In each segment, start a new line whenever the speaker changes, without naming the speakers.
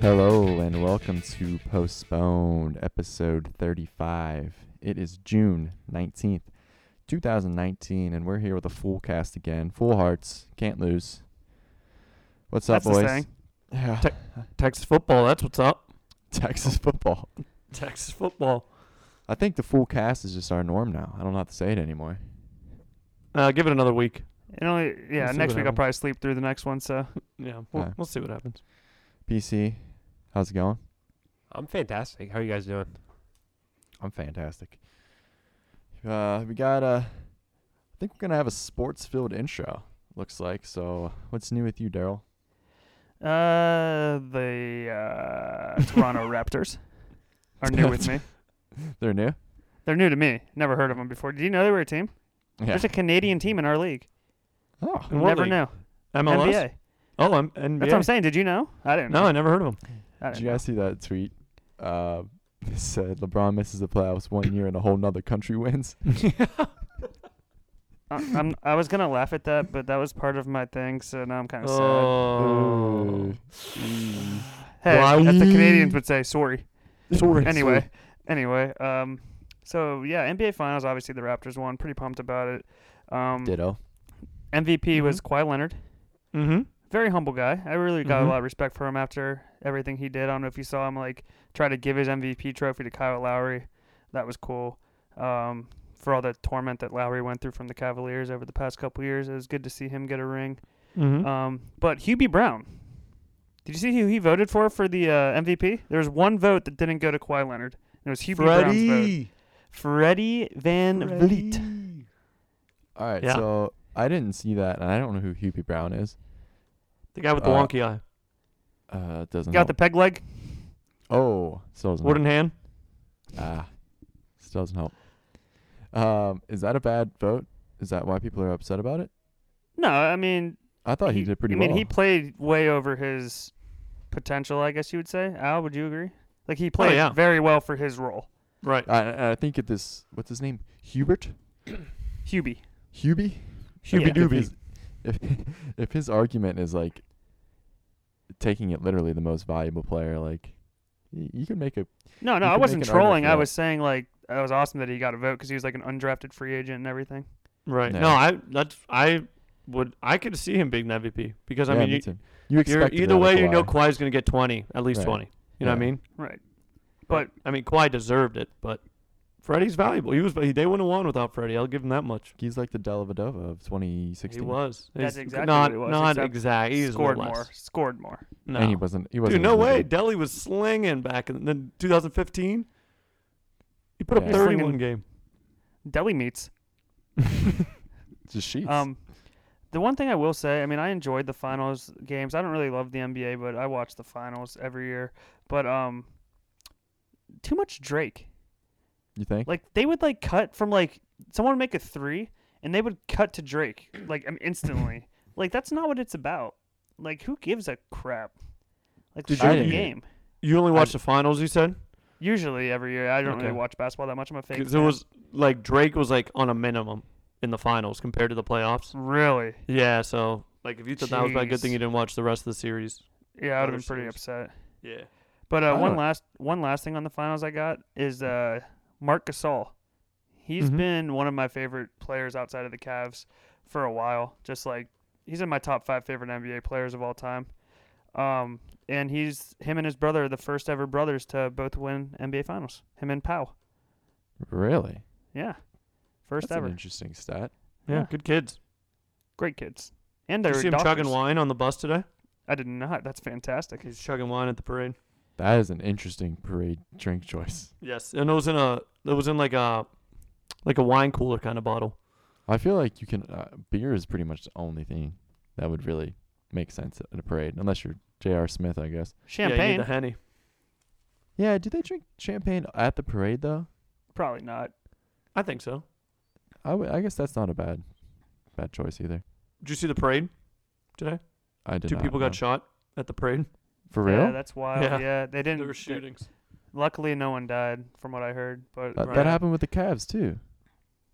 Hello and welcome to Postponed episode 35. It is June 19th, 2019, and we're here with a full cast again. Full hearts, can't lose. What's
That's
up,
the
boys?
saying.
Yeah,
Tec- Texas football. That's what's up.
Texas football.
Texas football.
I think the full cast is just our norm now. I don't have to say it anymore.
Uh, give it another week.
You know, yeah.
We'll see what
next week I'll
happens.
probably sleep through the next one. So
Yeah, we'll,
Alright.
we'll see what happens.
PC, how's it going?
I'm fantastic. How are you guys doing?
I'm fantastic. Uh, we got uh, I think we're gonna have a sports-filled intro. Looks like. So, what's new with you, Daryl?
uh, the uh, Toronto Raptors are new with me.
They're new.
They're new to me. Never heard of them before. Did you know they were a team?
Yeah.
There's a Canadian team in our league.
Oh,
In what
never
league?
knew.
MLS.
NBA. That's
Oh, I'm NBA.
what I'm saying. Did you know? I didn't.
No,
know.
I never heard of him.
I
Did
didn't
you guys see that tweet? Uh, it said LeBron misses the playoffs one year and a whole nother country wins.
know. I, I'm, I was gonna laugh at that, but that was part of my thing. So now I'm kind of
Oh,
sad. Hey,
Why?
as the Canadians would say, sorry.
sorry.
anyway, anyway. Um, so yeah, NBA Finals. Obviously, the Raptors won. Pretty pumped about it. Um,
Ditto.
MVP was Kawhi Leonard.
Mm-hmm.
Very humble guy. I really got
Mhm.
a lot of respect for him after everything he did. I don't know if you saw him like try to give his MVP trophy to Kyle Lowry. That was cool. Um, for all the torment that Lowry went through from the Cavaliers over the past couple years, it was good to see him get a ring.
Mm-hmm.
Um, but Hubie Brown, did you see who he voted for for the uh, MVP? There was one vote that didn't go to Kawhi Leonard. and It was Hubie Brown's vote. Freddie Van Vliet.
All right.
Yeah.
So I didn't see that, and I don't know who Hubie Brown is.
The guy with the
Uh,
wonky eye,
Uh, it doesn't.
Got the
help.
peg leg.
oh, still doesn't.
wooden hand.
help. Ah, still doesn't help. Um, is that a bad vote? Is that why people are upset about it?
No, I mean
I thought he, did pretty
I
well.
mean, he played way over his potential, I guess you would say. Al, would you agree? Like he played
yeah.
very well for his role.
Right.
I, I think at this. What's his name? Hubert.
Hubie.
Hubie.
Hubie
If
Doobie.
his- If, if his argument is like taking it literally, the most valuable player, like y- you can make a
No,
You
no, I
could
wasn't
make an argument
trolling.
for
I
that.
was saying like that was awesome that he got a vote because he was like an undrafted free agent and everything.
Right.
Yeah.
No, I that's I would I could see him being an MVP because I
Yeah,
mean
me
you,
too. you
you're
expect
either way you know Kawhi's gonna get twenty at least
Right.
twenty. You know what I
Yeah.
mean?
Right.
But I mean Kawhi deserved it, but Freddie's valuable. He was he, they wouldn't have won without Freddie. I'll give him that much.
he's like the Dellavedova of 2016.
He was.
That's
He's
exactly
not
what it was,
not
except
exactly. He was a
scored
little less.
more. Scored more.
No.
And he wasn't. He wasn't.
Dude, no
even
way.
good.
Delhi was slinging back in the 2015. He put
Yeah.
up
He's
31
slinging.
game.
Deli meats.
Just sheets.
Um, the one thing I will say, I mean, I enjoyed the finals games. I don't really love the NBA, but I watch the finals every year. But um, too much Drake.
you think?
Like they would like cut from like someone would make a three and they would cut to Drake like um, instantly. like that's not what it's about. Like who gives a crap? Like
Did
Did
you-
the
you-
game.
You only watched the finals, you said?
Usually every year I don't
Okay.
really watch basketball that much. I'm a fake.
Because it
fan.
was like Drake was like on a minimum in the finals compared to the playoffs.
really
Yeah, so like if you thought that was a good thing,
Jeez.
you didn't watch the rest of the series.
yeah. I would
Other
have been pretty
series.
upset.
Yeah.
But
I
uh, one
Oh.
don't-
last one last thing on the finals I got is uh, Mark Gasol. He's
Mhm.
been one of my favorite players outside of the Cavs for a while. Just like he's in my top five favorite NBA players of all time. Um, and he's him and his brother are the first ever brothers to both win NBA Finals. Him and Powell.
really?
Yeah, first
That's an
ever.
interesting stat.
Yeah,
Yeah.
good kids.
Great kids. And
Did
they're
you see him
doctors.
chugging wine on the bus today?
I did not. That's fantastic.
He's chugging wine at the parade.
That is an interesting parade drink choice.
Yes, and it was in a it was in like a like a wine cooler kind of bottle.
I feel like you can. Uh, beer is pretty much the only thing that would really make sense at a parade, unless you're J.R. Smith, I guess.
Yeah, you need
Champagne?
the henny.
Yeah. Do they drink champagne at the parade though?
Probably not.
I think so.
I would- I guess that's not a bad, bad choice either.
Did you see the parade today?
I did.
Two
not
people got
know.
shot at the parade.
For real?
Yeah, that's wild.
Yeah.
Yeah, they didn't.
There were
th-
shootings.
luckily, no one died, from what I heard. But
That-
Right.
That happened with the Cavs too.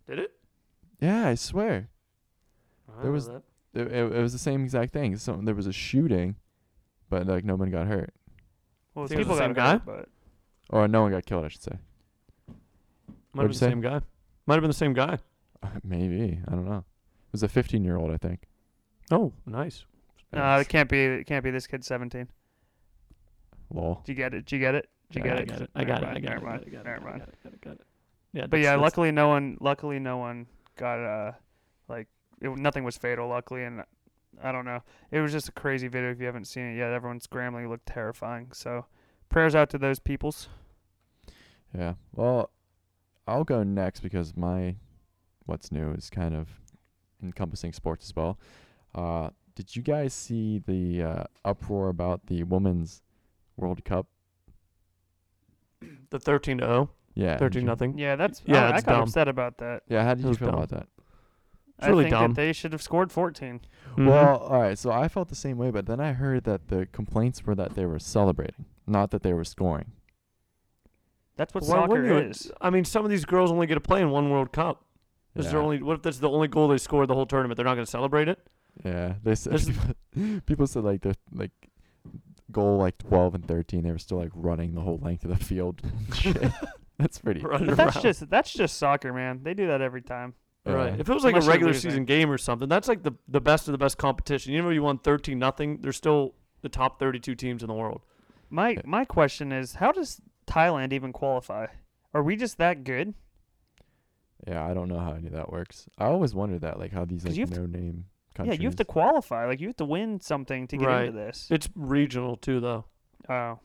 Did it?
Yeah, I swear.
I don't
There
know
was-
that.
It, it, it was the same exact thing. So there was a shooting, but like no one got hurt,
well,
think it was
people
the
got
same
hurt,
guy?
but
or no one got killed. I should say.
Might
What'd
have
you
been the
say?
same guy. Might have been the same guy.
Maybe I don't know. It was a 15 year old, I think.
Oh, nice.
no, it can't be. It can't be this kid, seventeen.
Lol.
Did you get it? Did you get it? Did you
Yeah,
get
I
it?
got it. I got it. I
Never
got it.
mind,
I got it.
never
I got
mind.
it. I got it. I got it. Yeah,
But
that's-
yeah,
that's-
luckily no one. Luckily no one got uh, like it, nothing was fatal. Luckily, and I don't know. It was just a crazy video. If you haven't seen it yet, everyone scrambling. It looked terrifying. So prayers out to those peoples.
Yeah. Well, I'll go next because my what's new is kind of encompassing sports as well. Uh, did you guys see the uh, uproar about the women's World Cup?
the thirteen to 0,
Yeah. in
13
Ju-
nothing.
Yeah, that's
Yeah,
I, I
it's
got
dumb.
upset about that.
Yeah. How did
It
you
was
feel
dumb.
about that?
It's really
I think
dumb.
that they should have scored fourteen.
Mhm.
Well, all right. So I felt the same way, but then I heard that the complaints were that they were celebrating, not that they were scoring.
That's what
Why
soccer
wouldn't you?
is.
I mean, some of these girls only get to play in one World Cup. Is there
Yeah.
only what if that's the only goal they scored the whole tournament? They're not going to celebrate it.
Yeah, they said
This is-
people, people said like the like goal like twelve and thirteen, they were still like running the whole length of the field. Shit. That's pretty.
Running
But that's
around.
just that's just soccer, man. They do that every time.
Right.
yeah.
If it was like
Unless
a
you're
regular
losing.
season game or something, that's like the the best of the best competition. Even if you won thirteen nothing, they're still the top thirty two teams in the world.
My
Yeah.
my question is, how does Thailand even qualify? Are we just that good?
Yeah, I don't know how any of that works. I always wondered that, like how these
'Cause
like
you have to-
no name countries.
Yeah, you have to qualify. Like you have to win something to get
Right.
into this.
It's regional too, though.
Oh,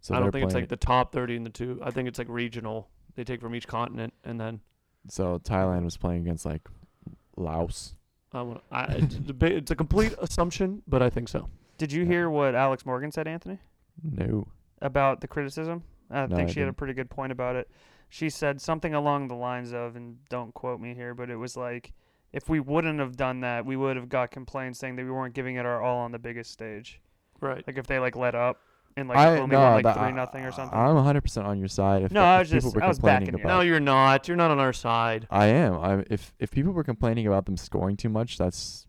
So
I don't
they're
think it's
playing
like the top thirty and the two. I think it's like regional. They take from each continent, and then
it- So Thailand was playing against like Laos.
I want. I, it's, a big, it's a complete assumption, but I think so.
did you
Yeah.
hear what Alex Morgan said, Anthony,
No.
about the criticism? I
No,
think
I
she had a
didn't.
pretty good point about it. She said something along the lines of, and don't quote me here, but it was like, if we wouldn't have done that, we would have got complaints saying that we weren't giving it our all on the biggest stage.
Right.
Like if they like let up and like
I
only
no,
won like
that-
three nothing or something.
I'm 100 percent on your side. If
No,
the-
I
if
was
people
just-
were
I was
complaining
backing you.
about
No, you're not. You're not on our side.
I am. I if if people were complaining about them scoring too much, that's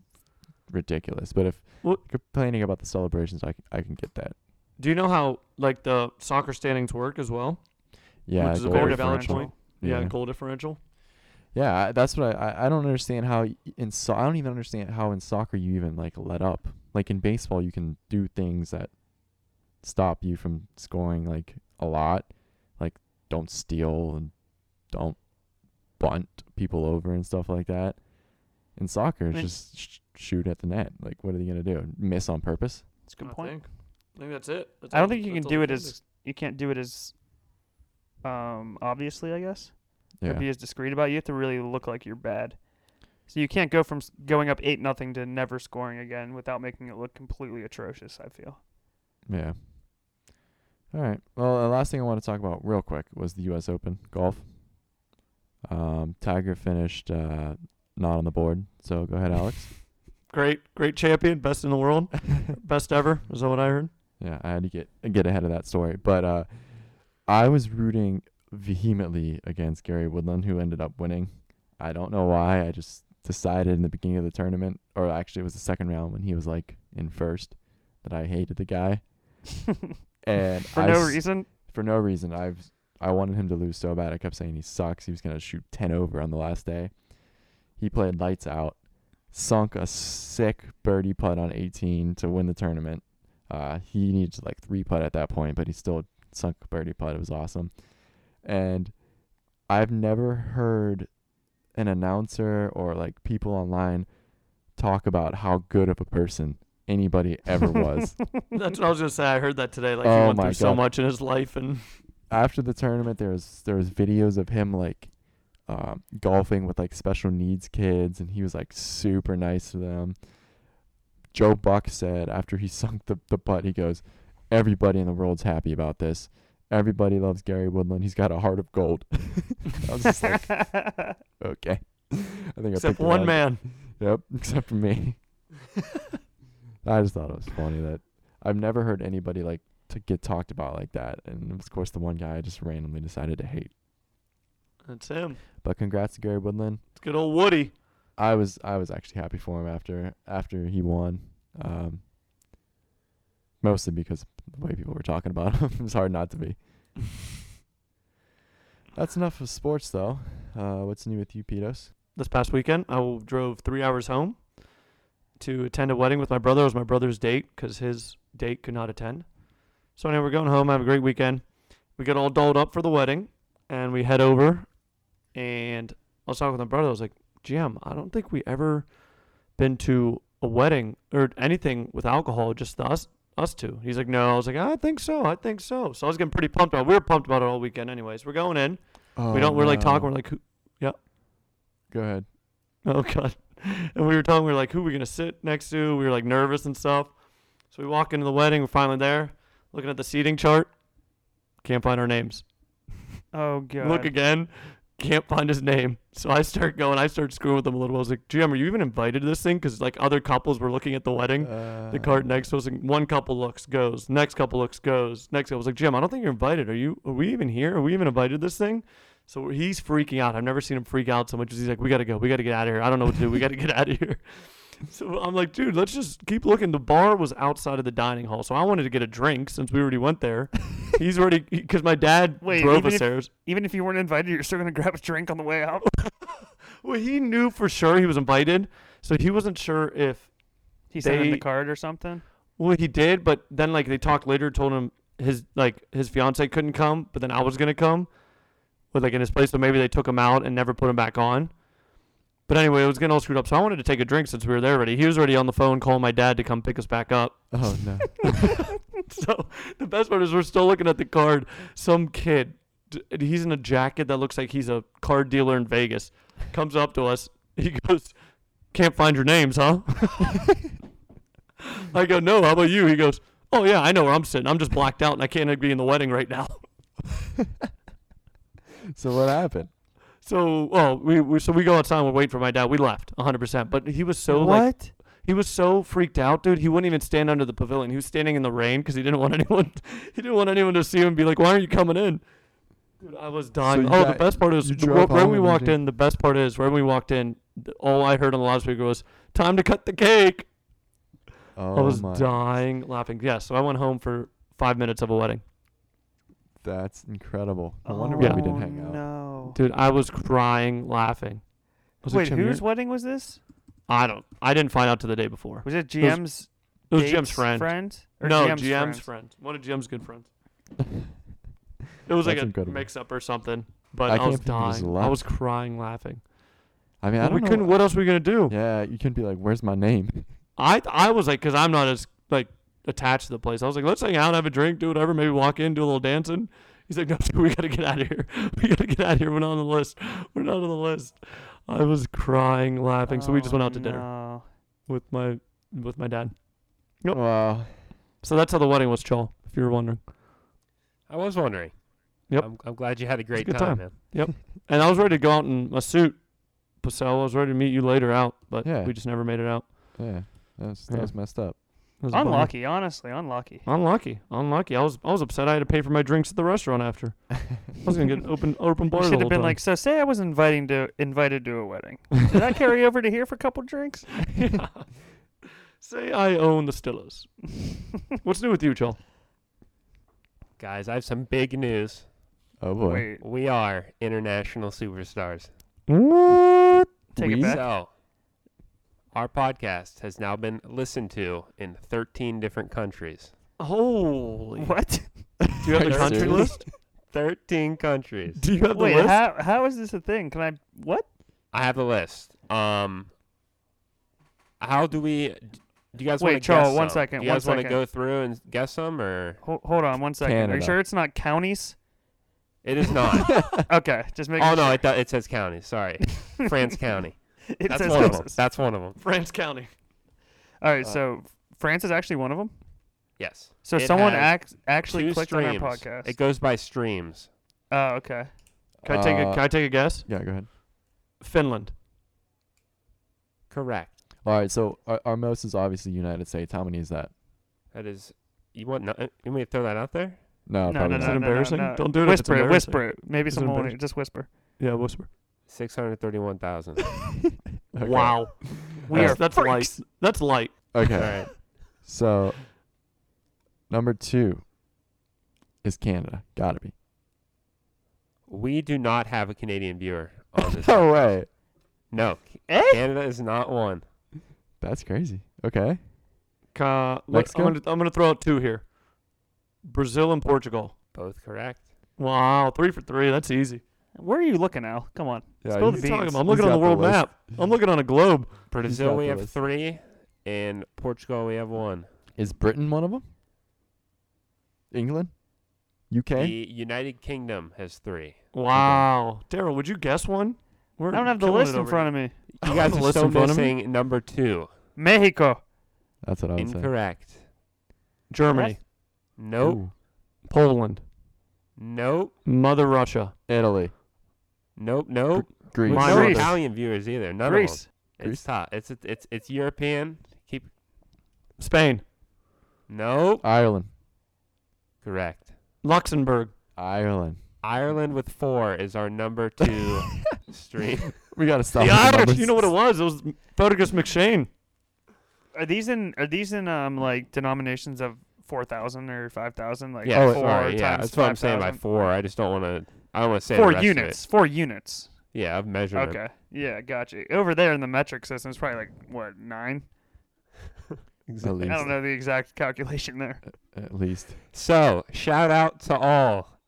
ridiculous. But if
Well-
complaining about the celebrations, I c- I can get that.
Do you know how like the soccer standings work as well?
Yeah,
Which is a
goal
very
Goal
valid
differential.
point.
Yeah, yeah.
goal differential.
I, that's what I, I I don't understand how y- in so I don't even understand how in soccer you even like let up. Like in baseball, you can do things that stop you from scoring like a lot, like don't steal and don't bunt people over and stuff like that. In soccer, it's
mean-
just sh- shoot at the net. Like, what are they gonna do? Miss on purpose?
It's a good
I
point.
Think. I think that's it. That's
I don't
all-
think you
that's
can
all
do
the
it as
standings.
you can't do it as um obviously, I guess. Or
Yeah.
be as discreet about it. You have to really look like you're bad. So you can't go from s- going up 8 nothing to never scoring again without making it look completely atrocious, I feel.
Yeah. All right. Well, the last thing I want to talk about real quick was the U.S. Open golf. Um, Tiger finished uh, not on the board, so go ahead, Alex.
great, great champion, best in the world, best ever. Is that what I heard?
yeah, I had to get get ahead of that story, but uh, I was rooting vehemently against Gary Woodland, who ended up winning. I don't know why. I just decided in the beginning of the tournament, or actually it was the second round when he was like in first, that I hated the guy, and
For
I
no
s-
reason.
for no reason. I've I wanted him to lose so bad. I kept saying he sucks. He was gonna shoot ten over on the last day. He played lights out, sunk a sick birdie putt on eighteen to win the tournament. Uh, he needed to like three putt at that point, but he still sunk a birdie putt. It was awesome, and I've never heard an announcer or like people online talk about how good of a person anybody ever was.
That's what I was gonna say. I heard that today. Like
Oh
he went
my
through so
God.
much in his life, and
after the tournament there was there was videos of him like um, golfing with like special needs kids and he was like super nice to them joe buck said after he sunk the, the putt he goes everybody in the world's happy about this everybody loves gary woodland he's got a heart of gold i was just like okay i think I
except
picked it
one
up.
man.
yep except for me i just thought it was funny that I've never heard anybody like to get talked about like that. And of course, the one guy I just randomly decided to hate.
That's him.
But congrats to Gary Woodland.
It's good old Woody.
I was I was actually happy for him after after he won, um, mostly because of the way people were talking about him. it was hard not to be. That's enough of sports, though. Uh, what's new with you, Petos?
This past weekend, I w- drove three hours home to attend a wedding with my brother. It was my brother's date because his date could not attend. So anyway, we're going home. Have a great weekend. We get all dolled up for the wedding, and we head over. And I was talking with my brother. I was like, "GM, I don't think we ever been to a wedding or anything with alcohol, just the us us two. He's like, "No." I was like, "I think so. I think so." So I was getting pretty pumped about. it. We were pumped about it all weekend, anyways. We're going in.
Oh,
we don't. We're like talking. We're like, "Who-
Go ahead.
Oh god. And we were telling we were like, who are we gonna sit next to? We were like nervous and stuff. So we walk into the wedding, we're finally there, looking at the seating chart, can't find our names.
Oh god.
Look again, can't find his name. So I start going, I start screwing with him a little. I was like, GM, are you even invited to this thing? Because like other couples were looking at the wedding.
Uh,
The cart next to us, and one couple looks, goes. Next couple looks, goes. Next couple was like, Jim, I don't think you're invited. Are you? Are we even here? Are we even invited to this thing? So he's freaking out. I've never seen him freak out so much as he's like, we gotta go. We gotta get out of here. I don't know what to do. We gotta get out of here. So I'm like, dude, let's just keep looking. The bar was outside of the dining hall, so I wanted to get a drink since we already went there. he's already because my dad
Wait,
drove
even
us
if-
there.
Even if you weren't invited, you're still gonna grab a drink on the way out.
Well, he knew for sure he was invited, so he wasn't sure if
He sent him the
They-
card or something.
Well, he did, but then like they talked later, told him his like his fiance couldn't come, but then I was gonna come, with like in his place. So maybe they took him out and never put him back on. But anyway, it was getting all screwed up. So I wanted to take a drink since we were there already. He was already on the phone calling my dad to come pick us back up.
Oh no.
So the best part is we're still looking at the card. Some kid, d- and he's in a jacket that looks like he's a card dealer in Vegas, comes up to us. He goes, "Can't find your names, huh?" I go, "No. How about you?" He goes, "Oh yeah, I know where I'm sitting. I'm just blacked out and I can't be in the wedding right now."
so what happened?
So, oh, we, we so we go outside. and We're waiting for my dad. We left 100%. But he was so like He was so freaked out, dude. He wouldn't even stand under the pavilion. He was standing in the rain because he didn't want anyone. He didn't want anyone to see him. And be like, "Why aren't you coming in?" Dude, I was dying.
you
oh,
got-
the best part is
you
the-
drove
when
home
we
and
walked
everything?
in. The best part is when we walked in. th- All I heard on the loudspeaker was, "Time to cut the cake."
Oh
I was
my.
dying laughing. Yeah, so I went home for five minutes of a wedding,
That's incredible. No
I
wonder why we didn't hang out.
Oh, No.
dude. I was crying laughing. I was like,
Wait,
"Jim, you're-"
whose wedding was this?
I don't. I didn't find out to the day before.
Was it GM's?
It was
date's
Jim's friend.
Or
no,
GM's,
GM's,
friend.
friend. One of GM's good friends. It was like
That's
a
incredible.
mix-up or something, but
I
I,
can't
was
believe it was
dying. I
left.
was crying, laughing.
I mean, I
But
don't
we
know.
couldn't. What else were we gonna do?
yeah, you couldn't be like, "Where's my name?"
I I was like, cause I'm not as like attached to the place. I was like, let's hang out, have a drink, do whatever, maybe walk in, do a little dancing. He's like, no, dude, we gotta get out of here. We gotta get out of here. We're not on the list. We're not on the list. I was crying, laughing. So we just went
Oh,
out to dinner
no.
with my with my dad.
Nope. Wow.
So that's how the wedding was, Chol. If you were wondering.
I was wondering.
Yep.
I'm, I'm glad you had a great
good
time,
time.
man.
And I was ready to go out in my suit, Pacell. I was ready to meet you later out, but
Yeah.
we just never made it out.
Yeah, that was, that
Yeah.
was messed up.
It was a bummer.
Unlucky, honestly, unlucky.
Unlucky. Unlucky. I was I was upset. I had to pay for my drinks at the restaurant after. I was gonna get an open open bar.
You
the
should
whole
have been
time.
like, so say I was inviting to invited to a wedding. Did that carry over to here for a couple drinks?
Say I own the Stillos. What's new with you, Chol?
Guys, I have some big news.
Oh boy.
Wait,
We are international superstars.
What?
take
We-
it back.
So, our podcast has now been listened to in 13 different countries.
Holy.
What?
Do you have the
Are you
country
serious?
list?
13 countries.
Do you have the
Wait,
list?
how how is this a thing? Can I what?
I have a list. Um, how do we? Do you guys want
Wait,
to
Charles,
guess
one
some?
second,
Do you
one
guys want to
second.
go through and guess some, or
Hold, hold on one second. Are you
Canada.
sure it's not counties?
it is not?
okay, just make
oh no, it, do- it says county. Sorry, France County.
it
That's
says
one of them.
houses.
That's one of them.
France County.
All right,
Uh,
so France is actually one of them.
Yes.
So
It
someone
has
act, actually
Two
clicked
streams.
on our podcast.
It goes by streams.
oh, okay.
Can I take a
Uh,
can I take a guess?
yeah, go ahead.
Finland.
Correct.
All right, so our, our most is obviously United States. How many is that?
That is You want? No, uh, you want me to throw that out there?
No,
no, no,
probably
no,
Oh, Is
not.
it embarrassing?
no, no, no.
Don't do it if it's
Whisper it.
embarrassing.
Whisper it. Maybe
Is it
someone will
embarrassing?
just whisper.
Yeah, whisper.
Six hundred thirty-one thousand.
Okay. Uh,
Wow.
We
that's,
are
that's
freaks.
light. That's light.
All
Okay.
right.
So, number two is Canada. Gotta be.
We do not have a Canadian viewer on this.
no way.
No, Canada is not one.
That's crazy. Okay.
Ca- look,
Mexico?
I'm gonna, I'm gonna throw out two here. Brazil and Portugal.
Both correct.
Wow, three for three. That's easy.
Where are you looking, Al? Come on.
Yeah,
Spill the
you-
he's-
beans.
beans.
I'm
He's
looking on
got the
the world
list.
map. I'm looking on a globe.
Brazil,
got
we
the
have
list.
three, and Portugal, we have one.
is Britain one of them? England? UK?
The United Kingdom has three.
Wow, Daryl, would you guess one? We're
I don't have the
killing
list
it
in
over
front of me.
here.
You
I don't
guys
have
are
the list
still
in front of me.
missing number two.
Mexico.
That's what I would say.
Incorrect.
Germany,
Nope.
Ooh.
Poland,
Nope.
Mother Russia.
Italy.
Nope. Nope.
Greece.
Mine
No
Greece.
Italian viewers either. None of
Greece.
them.
Greece.
It's top. It's it's it's European. Keep.
Spain,
Nope.
Ireland.
Correct.
Luxembourg.
Ireland.
Ireland with four is our number two stream.
We gotta stop. with
The
the
Irish.
numbers.
You know what it was? It was Photicus McShane.
Are these in? Are these in um like denominations of four thousand or five thousand? Like
Yeah.
four
sorry. Yeah.
times
That's what I'm saying by
5,000?
four. I just don't want to. I don't want to say the
Four
rest of it.
units. Four units.
Yeah, I've measured it.
Okay. Yeah, got you. Over there in the metric system, it's probably like what nine?
At least.
I don't know the exact calculation there.
At least.
So shout out to all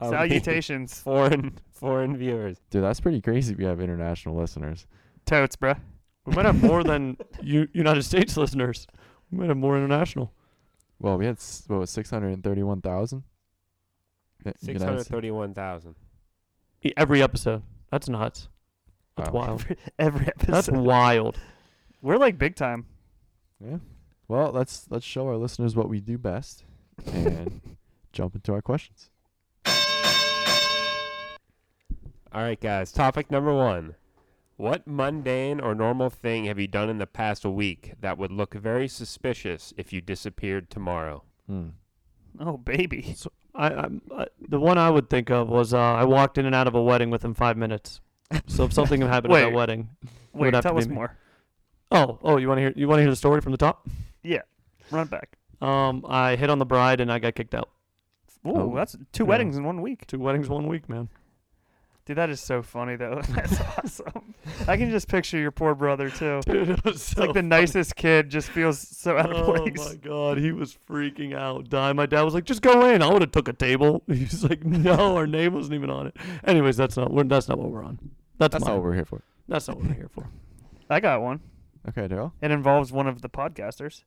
of the
Salutations,
foreign foreign viewers.
Dude, that's pretty crazy. We have international listeners.
totes, bruh.
We might have more than U- United States listeners. We might have more international.
Well, we had s- what was six hundred and thirty-one thousand.
Six hundred thirty-one thousand.
E- Every episode. That's nuts. That's
Wow.
wild.
Every episode.
That's wild.
We're like big time.
Well, let's let's show our listeners what we do best and jump into our questions.
All right, guys. Topic number one: What mundane or normal thing have you done in the past week that would look very suspicious if you disappeared tomorrow?
Hmm.
Oh baby.
I, I, I the one I would think of was uh, I walked in and out of a wedding within five minutes. So if something happened at
Wait.
that wedding,
Wait,
would have to
tell
be
us
me.
more.
oh oh, you want to hear you want to hear the story from the top?
Run it back.
Um, I hit on the bride and I got kicked out.
Ooh,
Oh,
that's two
yeah.
weddings in one week.
Two weddings, one week, man.
Dude, that is so funny though. That's awesome. I can just picture your poor brother too.
Dude, it was
It's like the nicest kid just feels so out of
Oh
place.
my god, he was freaking out. Dying. My dad was like, "Just go in." I would have took a table. He was like, "No, our name wasn't even on it." Anyways, that's not we're, that's not what we're on. That's,
That's
mine.
not what we're here for.
That's not what we're here for.
I got one.
Okay, Daryl.
It involves one of the podcasters.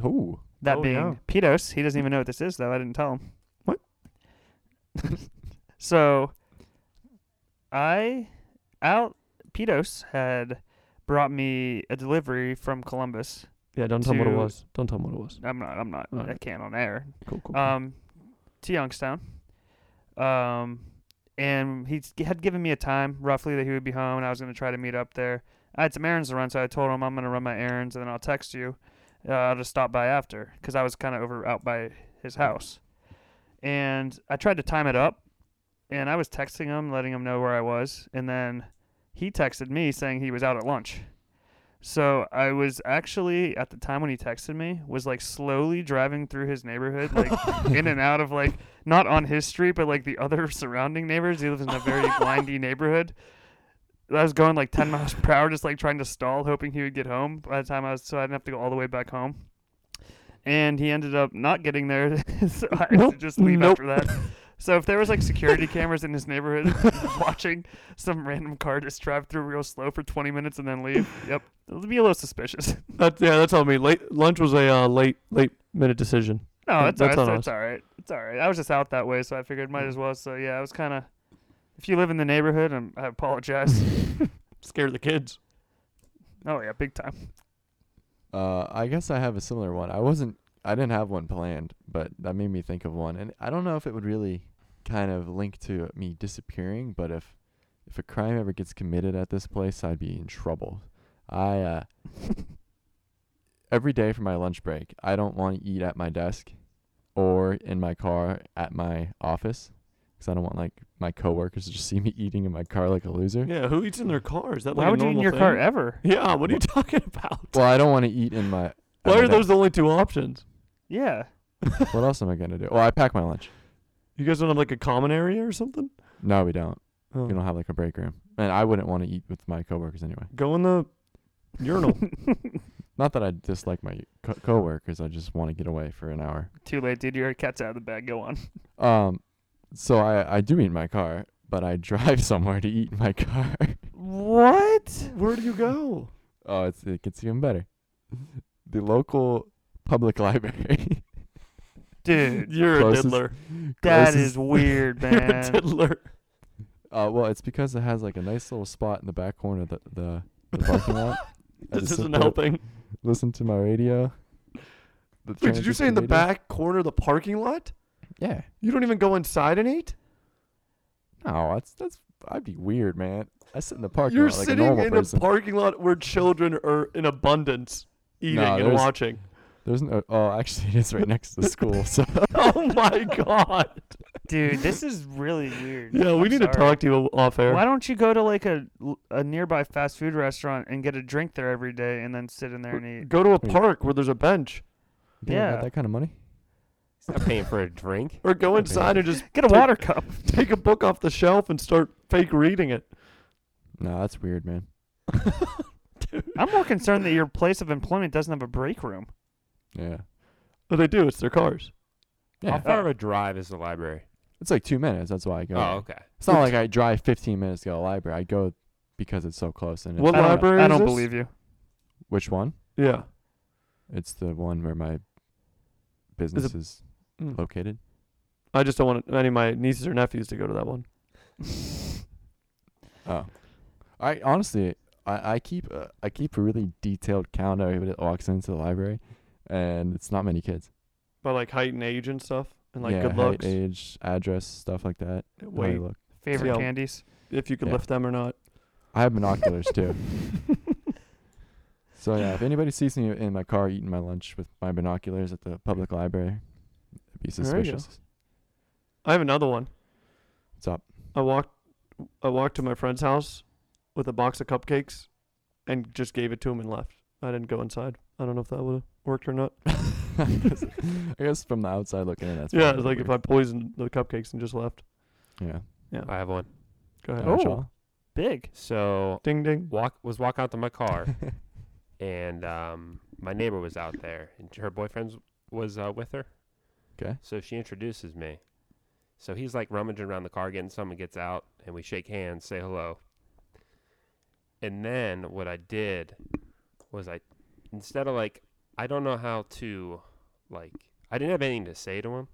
Ooh.
That
Oh,
being
yeah.
Pedos. He doesn't even know what this is though. I didn't tell him.
What?
so I out Pedos had brought me a delivery from Columbus.
Yeah, don't tell him what it
To-
was. Don't tell him what it was.
I'm not I'm not I
Alright.
can't on air.
Cool, cool. cool.
um, to Youngstown. Um, and he s- had given me a time roughly that he would be home, and I was going to try to meet up there. I had some errands to run, so I told him I'm going to run my errands, and then I'll text you. Uh, I'll just stop by after because I was kind of over out by his house, and I tried to time it up, and I was texting him, letting him know where I was, and then he texted me saying he was out at lunch. So I was actually at the time when he texted me was like slowly driving through his neighborhood, like in and out of like not on his street, but like the other surrounding neighbors. He lives in a very windy neighborhood. I was going like ten miles per hour, just like trying to stall, hoping he would get home by the time I was, so I didn't have to go all the way back home. And he ended up not getting there, so I had
Nope.
to just leave
Nope.
after that. So if there was like security cameras in his neighborhood watching some random car just drive through real slow for 20 minutes and then leave, yep, it'll be a little suspicious.
That, yeah, that's on me. Late lunch was a uh, late late minute decision.
No,
Yeah,
it's,
that's
all
on
right. It's, all right. It's all right. I was just out that way, so I figured might as
Mm.
well. So yeah, I was kind of. If you live in the neighborhood, um, I apologize.
Scare the kids.
oh yeah, big time.
Uh, I guess I have a similar one. I wasn't. I didn't have one planned, but that made me think of one. And I don't know if it would really kind of link to me disappearing, but if if a crime ever gets committed at this place, I'd be in trouble. I uh, every day for my lunch break, I don't want to eat at my desk or in my car at my office because I don't want like my coworkers to just see me eating in my car like a loser.
Yeah, who eats in their car? Is that like
Why
a
would you eat in
normal
your car
thing?
ever?
Yeah, what are you talking about?
Well, I don't want to eat in my. at
Why
my
are those
desk.
the only two options?
Yeah.
What else am I gonna do? Well, I pack my lunch.
You guys don't have like a common area or something?
No, we don't.
Oh.
We don't have like a break room, and I wouldn't want to eat with my coworkers anyway.
Go in the urinal.
Not that I dislike my co- coworkers. I just want to get away for an hour.
Too late, dude. Your cat's out of the bag. Go on.
Um, so I I do eat in my car, but I drive somewhere to eat in my car.
What?
Where do you go?
oh, it's it gets even better. The local public library.
Dude,
You're
Closest-
a diddler.
that
Closest-
is weird,
You're a
man.
diddler.
Uh, well, it's because it has like a nice little spot in the back corner of the the, the parking lot. I
This
just sit
isn't
there,
helping.
Listen to my radio. the
Wait, did you say in
transistor
the
radio.
back corner of the parking lot?
Yeah.
You don't even go inside and eat?
No, that's that's. I'd be weird, man. I sit in the parking
You're
lot like a
sitting
normal
in
person.
a parking lot where children are in abundance eating
No,
and
there's-
watching.
There's no. Oh, actually, it's right next to the school. So
oh my god.
Dude, this is really weird.
Yeah, we
I'm
need
sorry.
to talk to you off air.
Why don't you go to like a a nearby fast food restaurant and get a drink there every day and then sit in there and eat?
Go to a
Wait.
park where there's a bench,
you think I
Yeah.
got that kind of money.
He's not paying for a drink.
or go inside and just
Get a water cup.
take a book off the shelf and start fake reading it.
No, that's weird, man.
I'm more concerned that your place of employment doesn't have a break room.
Yeah.
But they do. It's their cars.
How
Yeah.
far of a drive is the library?
It's like two minutes. That's why I go.
Oh, okay.
It's not like I drive 15 minutes to go to the library. I go because it's so close. And
What
it's,
I don't,
library
I
is
don't
this?
believe you.
which one?
Yeah.
It's the one where my business is,
Mm.
located.
I just don't want any of my nieces or nephews to go to that one.
Oh, I honestly, I, I keep uh, I keep a really detailed count of everybody that walks into the library, and it's not many kids.
By like height and age and stuff, and like
yeah,
good
height,
looks.
age, address, stuff like that. how they
Wait,
look.
Favorite
Yeah.
candies?
if you could
Yeah.
lift them or not.
I have binoculars too. So yeah, if anybody sees me in my car eating my lunch with my binoculars at the public library, it'd be
There you go.
suspicious.
I have another one.
What's up?
I walked, I walked to my friend's house with a box of cupcakes, and just gave it to him and left. I didn't go inside. I don't know if that would have worked or not.
I guess- I guess from the outside looking in, that's
yeah,
probably
it's like if I
weird.
poisoned the cupcakes and just left.
yeah.
I have one.
Go ahead.
All right,
Oh.
y'all.
Big.
So
Ding ding.
walk was walking out to my car, and um, my neighbor was out there, and her boyfriend was uh, with her.
'Kay.
So she introduces me. So he's like rummaging around the car, getting someone gets out, and we shake hands, say hello. And then what I did was I, instead of like, I don't know how to, like, I didn't have anything to say to him.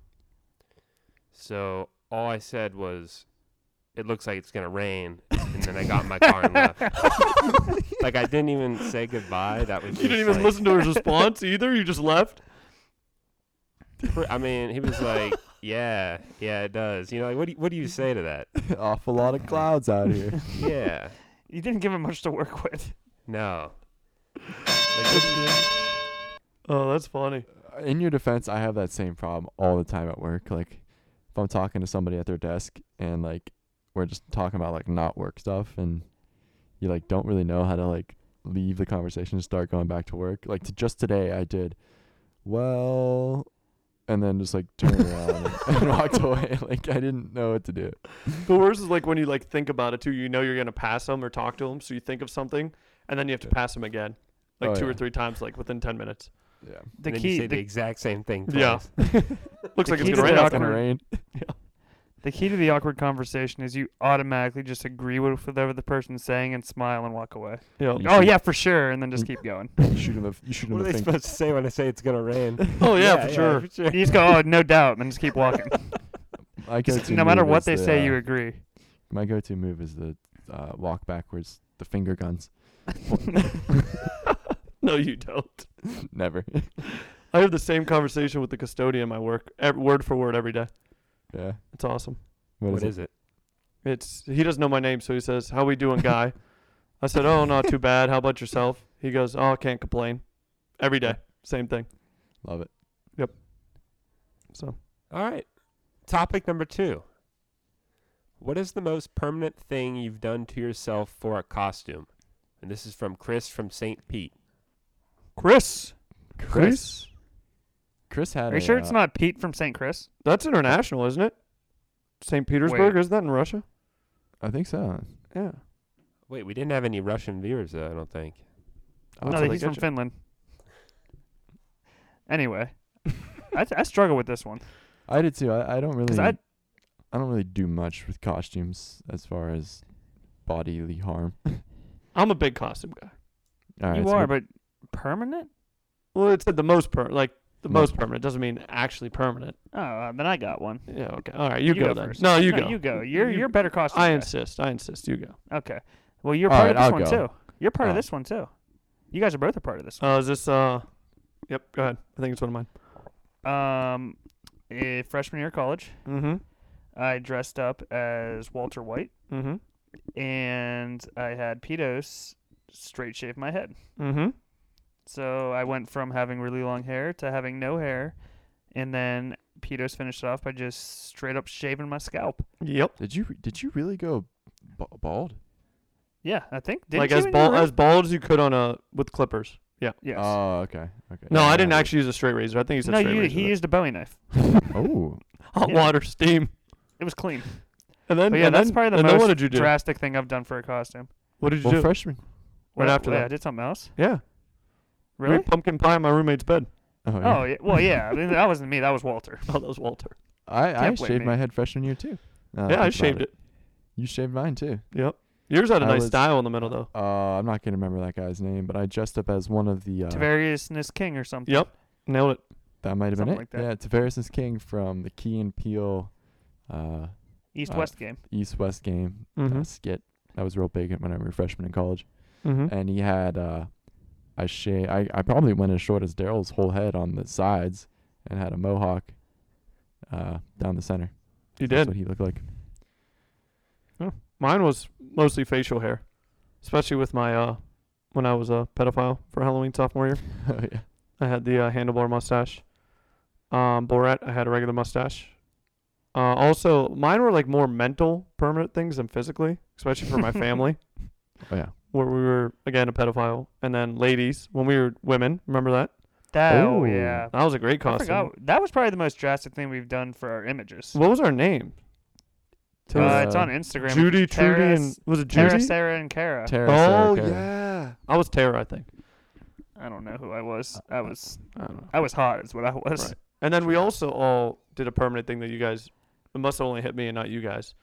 So all I said was, "It looks like it's gonna rain," and then I got in my car and left. like I didn't even say goodbye. That was
You
just,
didn't even
like-
listen to his response either. You just left.
Pr- I mean, he was like, "Yeah, yeah, it does." You know, like what do you, what do you say to that?
Awful lot of clouds out here.
Yeah,
You didn't give him much to work with.
no. Like, what do you-
Oh, that's funny.
in your defense, I have that same problem all the time at work. Like, if I'm talking to somebody at their desk and like we're just talking about like not work stuff, and you like don't really know how to like leave the conversation and start going back to work. Like to just today, I did well, and then just like turned around and, and walked away. Like I didn't know what to do.
The worst is like when you like think about it too. You know you're gonna pass them or talk to them, so you think of something, and then you have to pass them again, like
Oh,
two or
yeah.
three times, like within ten minutes.
Yeah,
The
then
key,
you say the
the,
exact same thing.
Yeah. Looks
Twice.
The
like
key
it's gonna
to the
rain.
it's
out
gonna
there.
rain.
the key to the awkward conversation is you automatically just agree with whatever the person's saying and smile and walk away.
Yeah.
You
Oh
should-
yeah, for sure, and then just keep going.
You shoot him. You shoot him.
What
the
are they
thing.
supposed to say when I say it's gonna rain?
Oh yeah, for sure.
for
You just go, oh no doubt, and then just keep walking.
My
Just-
go-to
no matter
move
what
is
they
the,
say,
uh,
you agree.
My go-to move is the uh, walk backwards, the finger guns.
No, you don't.
Never.
I have the same conversation with the custodian at my work, ev- word for word every day.
yeah.
It's awesome.
What is it?
It's he doesn't know my name, so he says, "How we doing, guy?" I said, "Oh, not too bad. How about yourself?" He goes, "Oh, I can't complain." every day. Same thing.
Love it.
So
All right. Topic number two. What is the most permanent thing you've done to yourself for a costume? And this is from Chris from St. Pete.
Chris,
Chris. Chris had.
Are you
a,
sure it's
uh,
not Pete from St. Chris?
that's international, isn't it? St. Petersburg, isn't that in Russia?
I think so.
Yeah.
Wait, we didn't have any Russian viewers, though, I don't think.
Oh,
that's
no,
how they
he's
get
from
you.
Finland. Anyway, I, I struggle with this one
I did too. I, I don't really.
because
I,
I
don't really do much with costumes as far as bodily harm.
I'm a big costume guy.
All
Uh,
right.
you
so
are,
we-
but permanent?
Well, it said the most per like the
Most-
most permanent doesn't mean actually permanent.
Oh, uh, then I got one.
Yeah. Okay. All right. You, go, then. No, you go.
You go. You're
You-
you're a better costume.
I
guy.
insist. I insist. You go.
Okay. Well, you're
All
part
right,
of this
I'll
one
go.
too. You're part
Oh.
of
All right.
this one too. You guys are both a part of this.
Uh, is this uh? Yep. Go ahead. I think it's one of mine.
One. Um, eh, freshman year of college,
Mm-hmm.
I dressed up as Walter White,
Mm-hmm.
and I had pedos straight shave my head.
Mm-hmm.
So I went from having really long hair to having no hair, and then pedos finished it off by just straight up shaving my scalp.
Yep.
Did you did you really go ba- bald?
Yeah, I think did
like as bald as bald as you could on a with clippers. Yeah.
yes.
Oh, okay. Okay. Uh,
No,
Yeah,
I
yeah,
didn't
yeah.
actually use a straight razor. I think he said
no,
straight
you,
razor.
he
but-
used a Bowie knife.
Oh,
hot
yeah.
water, steam,
It was clean.
and then
But yeah,
and
that's
then-
probably the
and then what
most
did you do?
Drastic thing I've done for a costume.
what did you
well,
do?
freshman.
Right
Well,
after
yeah,
that.
I did something else.
yeah. I made
Really?
pumpkin pie in my roommate's bed.
Oh, yeah.
Oh, yeah. Well, yeah. I mean, that wasn't me. That was Walter.
Oh, that was Walter.
I, I
can't blame
shaved
me.
my head freshman year too. Now that
yeah, I
think about
shaved it.
You shaved mine too.
Yep. Yours had a
I
nice
was-
style in the middle though.
Uh, I'm not gonna remember that guy's name, but I dressed up as one of the. Uh,
Tiberiusness King or something.
Yep. Nailed it.
that might have been
something
it.
like that.
Yeah, Tavares is king from the Key and Peele, uh,
East
Uh,
West game.
East West game
Mm-hmm.
uh, skit. That was real big when I was a freshman in college.
mm-hmm.
And he had uh, I sha- I I probably went as short as Daryl's whole head on the sides, and had a mohawk uh, down the center.
You
That's
did.
what he looked like.
Mine was mostly facial hair, especially with my uh, when I was a pedophile for Halloween sophomore year.
oh yeah.
I had the uh, handlebar mustache. Um, Borat, I had a regular mustache. Uh, also, mine were like more mental permanent things than physically, especially for my family,
Oh yeah.
where we were again a pedophile, and then ladies when we were women. Remember that?
That, oh,
Ooh.
yeah.
That was a great
I
costume.
forgot. That was probably the most drastic thing we've done for our images.
What was our name?
It was,
Uh, it's on Instagram.
Judy, Trudy,
Tara,
and was it
Tara,
Judy?
Sarah, and Kara.
Tara, Sarah,
Oh
Kara.
yeah, I was Tara, I think.
I don't know who I was. I was
I don't know.
I was hot is what I was.
Right. And then we also all did a permanent thing that you guys. It must have only hit me and not you guys.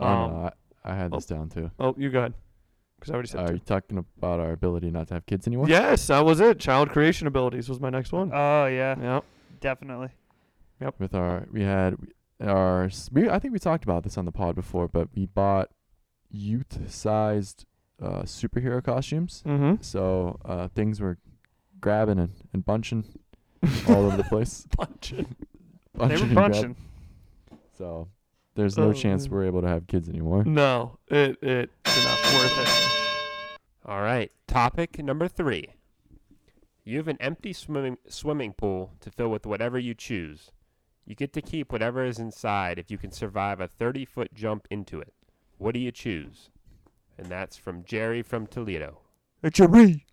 Oh,
Um,
no, I, I had
oh.
this down too.
Oh, you go ahead. Because I already said
Are
two.
you talking about our ability not to have kids anymore?
Yes, that was it. Child creation abilities was my next
Uh,
one.
Oh yeah,
yeah.
definitely.
With our, we had our, s- we, I think we talked about this on the pod before, but we bought youth-sized uh, superhero costumes.
Mm-hmm.
So uh, things were grabbing and, and bunching all over the place.
Punching.
they
Bunching
were
and grab-
bunching.
So there's no
Oh,
chance
man. Mm.
we're able to have kids anymore.
No, it it did not worth it.
All right. Topic number three. You have an empty swimming swimming pool to fill with whatever you choose. You get to keep whatever is inside if you can survive a 30 foot jump into it. What do you choose? And that's from Jerry from Toledo.
Jerry.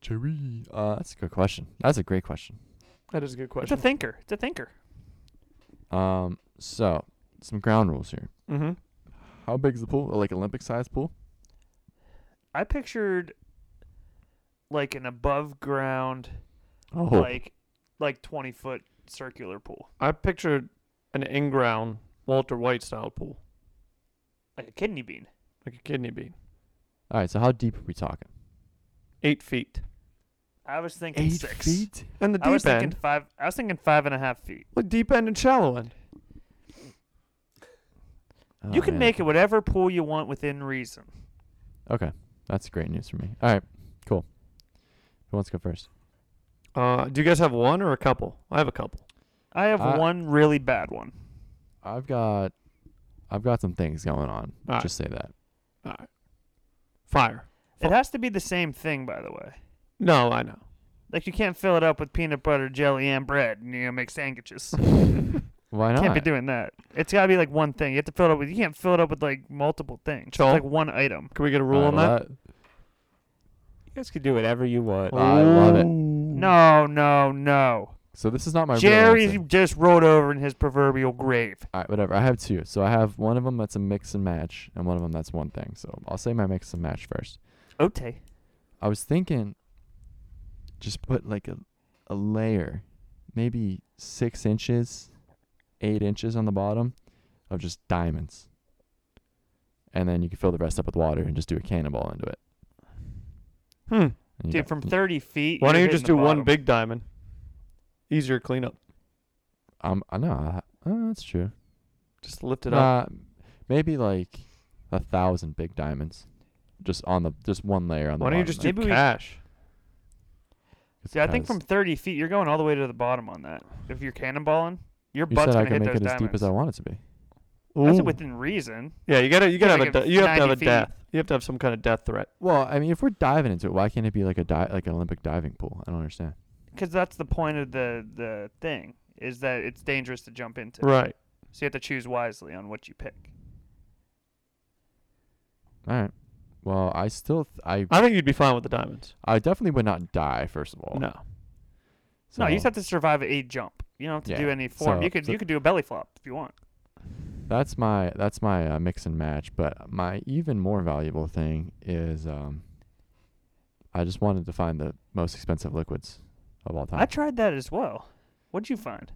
Jerry. Uh, that's a good question. That's a great question.
That is a good
It's a
question.
thinker. It's a thinker.
Um, so some ground rules here.
Mm-hmm.
How big is the pool? Like Olympic-sized pool?
I pictured like an above ground
Oh,
like like twenty foot circular pool.
I pictured an in-ground Walter White style pool,
Like a kidney bean.
like a kidney bean,
All right, so how deep are we talking?
eight feet,
I was thinking six.
and the
I was
deep
thinking
end,
five I was thinking five and a half feet.
Well, deep end and shallow end.
Oh,
you can make it whatever pool you want within reason.
Okay, that's great news for me. All right, cool. Who wants to go first?
Uh, do you guys have one or a couple? I have a couple.
I have
I-
one really bad one.
I've got, I've got some things going on.
All right.
Just say that.
All right. Fire.
It has to be the same thing, by the way.
No, I know.
Like you can't fill it up with peanut butter, jelly, and bread, and you know make sandwiches.
Why
Can't
not?
be doing that. It's gotta be like one thing. You have to fill it up with. You can't fill it up with like multiple things. It's
Joel?
like one item.
Can we get a rule
I
on that?
love-
You guys could do whatever you want.
I love it.
No, no, no.
So this is not my real
Jerry
answer.
just rolled over in his proverbial grave.
All right, whatever. I have two. So I have one of them that's a mix and match, and one of them that's one thing. So I'll say my mix and match first.
Okay.
I was thinking, just put like a, a layer, maybe six inches, eight inches on the bottom, of just diamonds. And then you can fill the rest up with water and just do a cannonball into it.
Hmm.
And you
Dude,
got-
from 30 feet.
Why
you're
don't you
hitting
just
the
do one
bottom.
big diamond? Easier cleanup.
Um, I know. I- Uh, that's true.
Just lift it up.
Nah, maybe like a thousand big diamonds, just on the just one layer on the.
Why don't you
bottom
just
there.
do
Maybe we-
cash?
It's
Yeah, I think
'cause
from 30 feet, you're going all the way to the bottom on that. If you're cannonballing, your
you
butt's
said I
going
can make
to hit those
it as
diamonds.
deep as I want it to be.
That's
Ooh.
within reason.
yeah, you gotta you gotta
Yeah,
have
like
a
a
de- you have to have
90
a
feet.
death. You have to have some kind of death threat.
Well, I mean, if we're diving into it, why can't it be like a di- like an Olympic diving pool? I don't understand.
Because that's the point of the, the thing, is that it's dangerous to jump into.
Right.
So you have to choose wisely on what you pick.
All right. Well, I still th- I
I think you'd be fine with the diamonds.
I definitely would not die first of all.
No.
So,
No, you just have to survive a jump. You don't have to
Yeah,
do any form.
so-
you could
so-
you could do a belly flop if you want.
That's my that's my uh, mix and match. But my even more valuable thing is um. I just wanted to find the most expensive liquids of all time.
I tried that as well. What'd you find?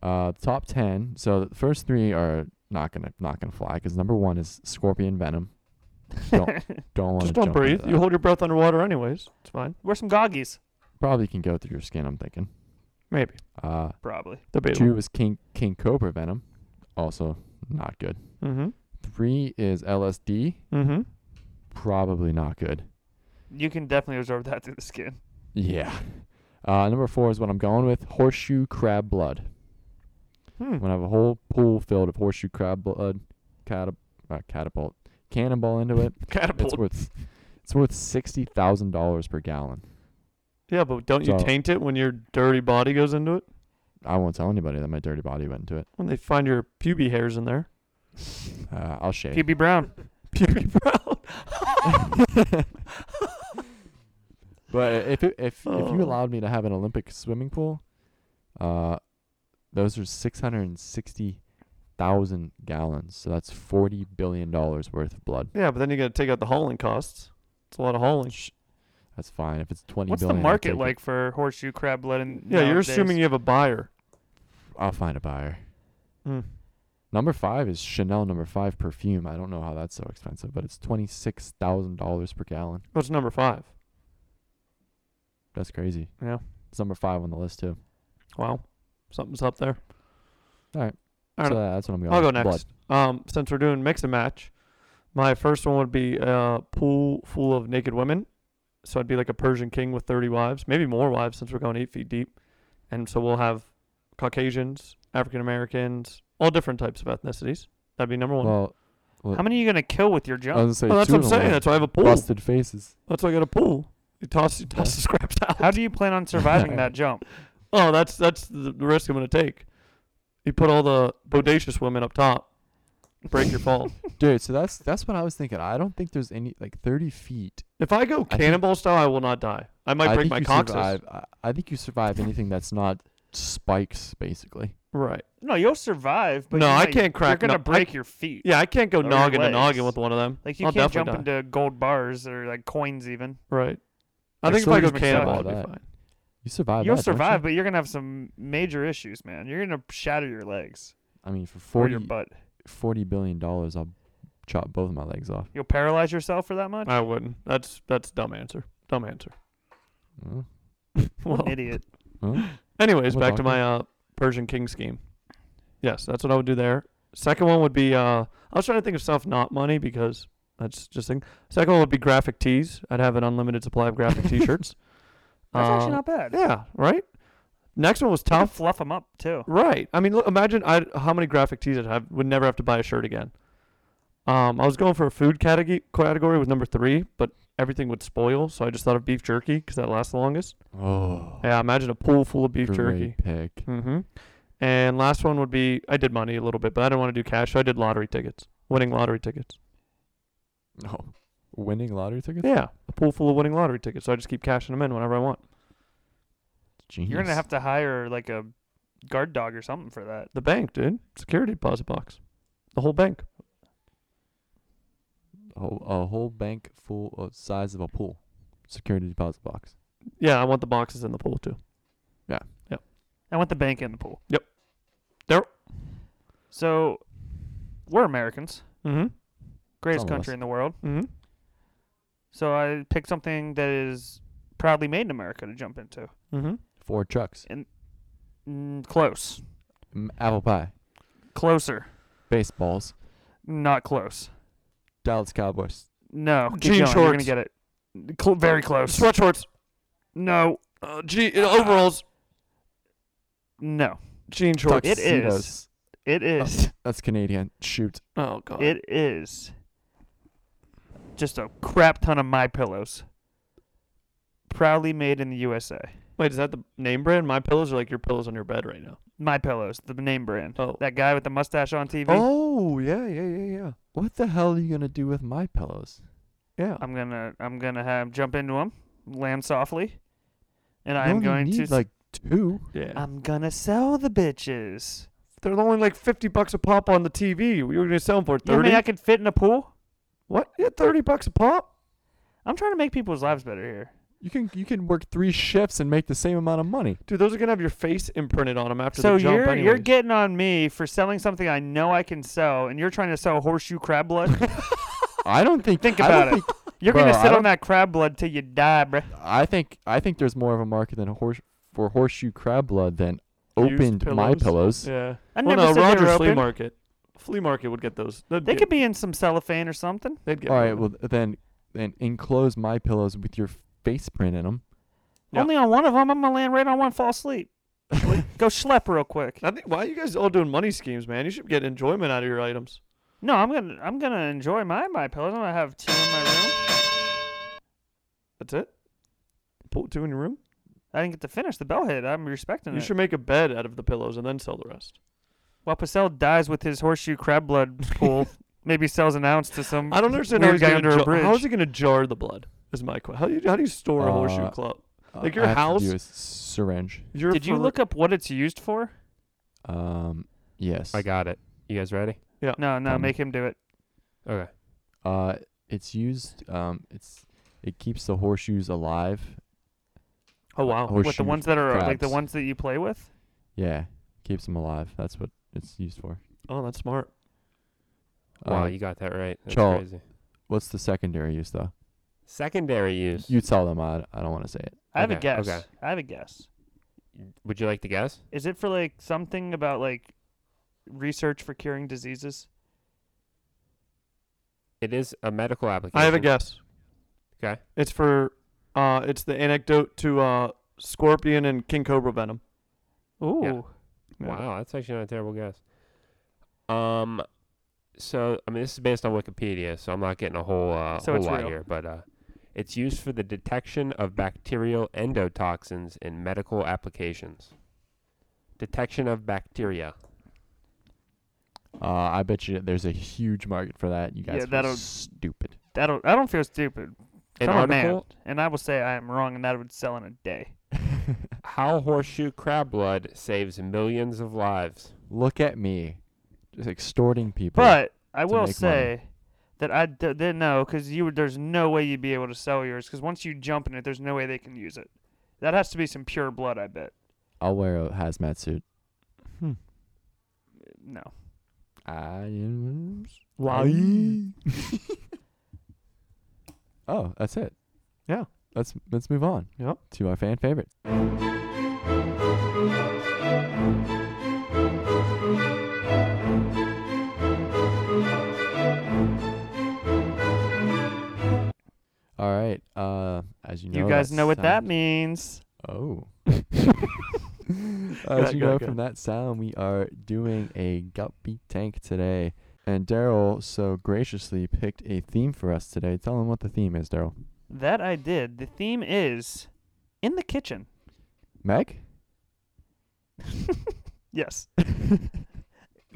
Uh, top ten. So the first three are not gonna not gonna fly because number one is scorpion venom. Don't don't want
Just don't breathe. You hold your breath underwater anyways. It's fine.
We're some goggies,
probably can go through your skin. I'm thinking.
Maybe.
Uh,
probably.
Debatable.
two is king king cobra venom, also not good.
Mm-hmm.
Three is LSD,
Mm-hmm.
probably not good.
You can definitely absorb that through the skin.
Yeah. Uh, number four is what I'm going with: horseshoe crab blood.
Hmm.
I'm gonna have a whole pool filled of horseshoe crab blood, catap- uh, catapult, cannonball into it. It's
Catapult.
worth it's worth sixty thousand dollars per gallon.
Yeah, but don't you
So-
taint it when your dirty body goes into it?
I won't tell anybody that my dirty body went into it.
When they find your pubic hairs in there.
Uh, I'll shave.
PB Brown.
Pubic brown.
but if it, if if you
Oh.
allowed me to have an Olympic swimming pool, uh, those are six hundred and sixty thousand gallons. So that's forty billion dollars worth of blood.
Yeah, but then you gotta take out the hauling costs. It's a lot of hauling.
Sh- That's fine. If it's twenty,
What's the
billion, I'll take
market
it.
like for horseshoe crab blood? And
Yeah, you're assuming you have a buyer.
I'll find a buyer.
Hmm.
Number five is Chanel number five perfume. I don't know how that's so expensive, but it's twenty six thousand dollars per gallon.
What's number five?
That's crazy.
Yeah.
It's number five on the list too.
Wow. Something's up there. I
So
don't-
that's what I'm going.
I'll go
with. Blood.
next. Um, since we're doing mix and match, my first one would be a pool full of naked women. So I'd be like a Persian king with 30 wives, maybe more wives since we're going eight feet deep. And so we'll have Caucasians, African Americans, all different types of ethnicities. That'd be number one. Well,
Well,
How many are you gonna kill with your jump?
I was gonna say
that's
two
what I'm
in a row.
saying. That's why I have a pool.
busted faces.
That's why I got a pool. You toss, you toss the scraps out.
How do you plan on surviving that jump?
Oh, that's that's the the risk I'm going to take. You put all the bodacious women up top, break your fall.
Dude, so that's that's what I was thinking. I don't think there's any like 30 feet.
If I go
think-
cannonball style, I will not die. I might
I
break
think
my
you
coccyx.
survive. I, I think you survive anything that's not spikes, basically.
Right.
No, you'll survive. But
No,
you're
I
not-
can't crack
You're gonna
no- I-
break your feet.
Yeah, I can't go
Or your
noggin to
legs.
noggin with one of them.
Like you
I'll
can't jump
definitely
into gold bars or like coins even.
Right. I
Like
think if I go
Silver's McSuck.
cannonball, I'd be
That.
fine.
You survive.
You'll
that, don't you?
survive, but you're gonna have some major issues, man. You're gonna shatter your legs
I mean, for
or your
40
butt.
40 billion dollars, I'll chop both of my legs off.
You'll paralyze yourself for that much.
I wouldn't. That's that's dumb answer. Dumb answer.
Well,
What
Well,
an idiot.
well,
anyways,
I'm a
back
doctor.
to my uh, Persian king scheme. Yes, that's what I would do there. Second one would be uh, I was trying to think of stuff not money because that's just thing. Second one would be graphic tees. I'd have an unlimited supply of graphic t-shirts.
That's
Uh,
actually not bad. You
Yeah, right. Next one was
can
tough.
fluff them up too.
Right. I mean, look, imagine I how many graphic tees I'd have. Would never have to buy a shirt again. Um, I was going for a food category category with number three, but everything would spoil, so I just thought of beef jerky because that lasts the longest.
Oh,
Yeah, imagine a pool full of beef
great
jerky.
pick.
Mm-hmm. And last one would be I did money a little bit, but I didn't want to do cash, so I did lottery tickets, winning lottery tickets.
Oh, winning lottery tickets.
Yeah, a pool full of winning lottery tickets, so I just keep cashing them in whenever I want.
Genius.
You're gonna have to hire like a guard dog or something for that.
The bank, dude, security deposit box, the whole bank.
a whole, a whole bank full of size of a pool, security deposit box.
Yeah, I want the boxes in the pool too.
I want the bank in the pool.
Yep. There-
So, we're Americans,
Mm-hmm.
greatest
Some of
country
us.
in the world.
Mm-hmm.
So I picked something that is proudly made in America to jump into.
Mm-hmm.
Four trucks.
Mm, close,
Mm, apple pie.
closer,
Baseballs.
not close.
Dallas Cowboys.
No, keep
Jean
going, You're gonna
shorts.
get it. Cl- very close.
Sweat shorts.
No,
Uh, gee,
Ah.
overalls.
no.
Jean shorts.
It is.
Tuxedos.
It is.
That's Canadian. Shoot.
Oh god.
It is just a crap ton of my pillows. Proudly made in the USA.
Wait, is that the name brand? My pillows are like your pillows on your bed right now.
My pillows, the name brand.
Oh.
That guy with the mustache on TV.
Oh yeah, yeah, yeah, yeah. What the hell are you gonna do with my pillows?
Yeah.
I'm gonna I'm gonna have jump into him, land softly, and I
you
am
only
going
need
to. s-
like two.
Oh, Yeah.
I'm gonna sell the bitches.
They're only like 50 bucks a pop on the TV. We were going to sell them for
You know how
30.
many I could fit in a pool?
what? Yeah, 30 bucks a pop?
I'm trying to make people's lives better here.
You can you can work three shifts and make the same amount of money.
Dude, those are going to have your face imprinted on them after
so
the jump
you're you're
anyways.
getting on me for selling something I know I can sell, and you're trying to sell horseshoe crab blood.
I don't think.
Think
I
about
don't
it. You're
Bro,
gonna
I
sit
don't-
on that crab blood till you die, bruh.
Think, I think I think there's more of a market than a horse for horseshoe crab blood than opened my pillows.
Yeah.
I
well,
never
no,
said they
Rogers
were
Flea
open.
Market. Flea Market would get those. They'd
They
get,
could be in some cellophane or something.
They'd get
All right.
one.
Well, then then enclose my pillows with your face print in them.
Yeah.
Only on one of them, I'm gonna land right on one, fall asleep. Go schlep real quick.
I think, why are you guys all doing money schemes, man? You should get enjoyment out of your items.
No, I'm gonna I'm gonna enjoy my my pillows. I'm gonna have two in my room.
That's it? Put two in your room?
I didn't get to finish the bell hit. I'm respecting
You
it.
should make a bed out of the pillows and then sell the rest.
While Pacell dies with his horseshoe crab blood pool, maybe sells an ounce to some.
I don't understand how
Mm, weird
he's
guy
going
under
to
a
jar. How is
bridge.
he going to jar the blood? Is my question. How do you, how do you store a horseshoe
Uh,
club?
Uh,
Like your
I have to do
house?
a syringe.
You're
Did you
for-
look up what it's used for?
Um. Yes.
I got it. You guys ready?
No, no,
Um,
make him do it.
Okay.
Uh, it's used. Um, it's it keeps the horseshoes alive.
Oh wow.
With the
horseshoe
ones that are like the
crabs.
ones that you play with.
Yeah, keeps them alive. That's what it's used for.
Oh, that's smart.
Wow,
Uh,
you got that right. That's
Charles-
crazy.
what's the secondary use though?
Secondary use.
You tell them. I, I don't want to say it.
I have a
Okay,
guess.
okay.
I have a guess.
Would you like to guess?
Is it for like something about like research for curing diseases?
It is a medical application.
I have a guess.
Okay.
It's for uh it's the anecdote to uh scorpion and king cobra venom.
Ooh,
Yeah.
Wow, that's actually not a terrible guess. Um, so I mean, this is based on Wikipedia, so I'm not getting a whole uh,
So
whole
it's
lot
real.
here, but uh, it's used for the detection of bacterial endotoxins in medical applications. Detection of bacteria.
Uh, I bet you there's a huge market for that. You guys
Yeah,
are
that'll-
stupid.
that'll. I don't feel stupid.
An
I'm a man,
article.
and I will say I am wrong, and that would sell in a day.
How horseshoe crab blood saves millions of lives.
Look at me, just extorting people.
But I will
make money.
say that I d- didn't know because you would- there's no way you'd be able to sell yours because once you jump in it, there's no way they can use it. That has to be some pure blood, I bet.
I'll wear a hazmat suit.
No,
I
Why?
oh, that's it.
Yeah.
Let's let's move on.
Yep.
To our fan favorite. All right. Uh, as you know,
you guys
that
know what that
sound-
means.
Oh.
ahead,
As you
go
know
ahead, go
from that sound, we are doing a gut beat tank today. And Daryl so graciously picked a theme for us today. Tell him what the theme is, Daryl.
That I did. The theme is in the kitchen.
Meg?
Yes.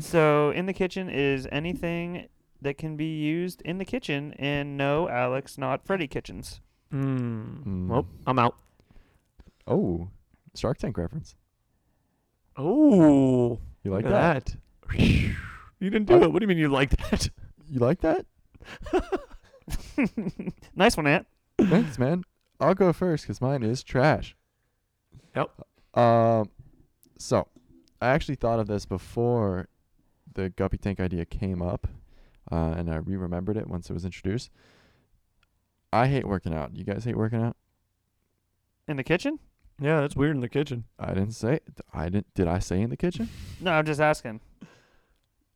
so in the kitchen is anything that can be used in the kitchen, and no, Alex, not Freddy kitchens.
Mm.
Mm.
Well, I'm out.
Oh, Shark Tank reference.
Oh,
You like
look
that?
at that. Oh. you didn't do
I-
it. What do you mean you like that?
You like that?
nice one, Aunt.
Thanks, man. I'll go first because mine is trash.
Yep.
Um, so I actually thought of this before the guppy tank idea came up, uh, and I re-remembered it once it was introduced. I hate working out. You guys hate working out?
In the kitchen?
Yeah, that's weird in the kitchen.
I didn't say. I didn't. Did I say in the kitchen?
No, I'm just asking.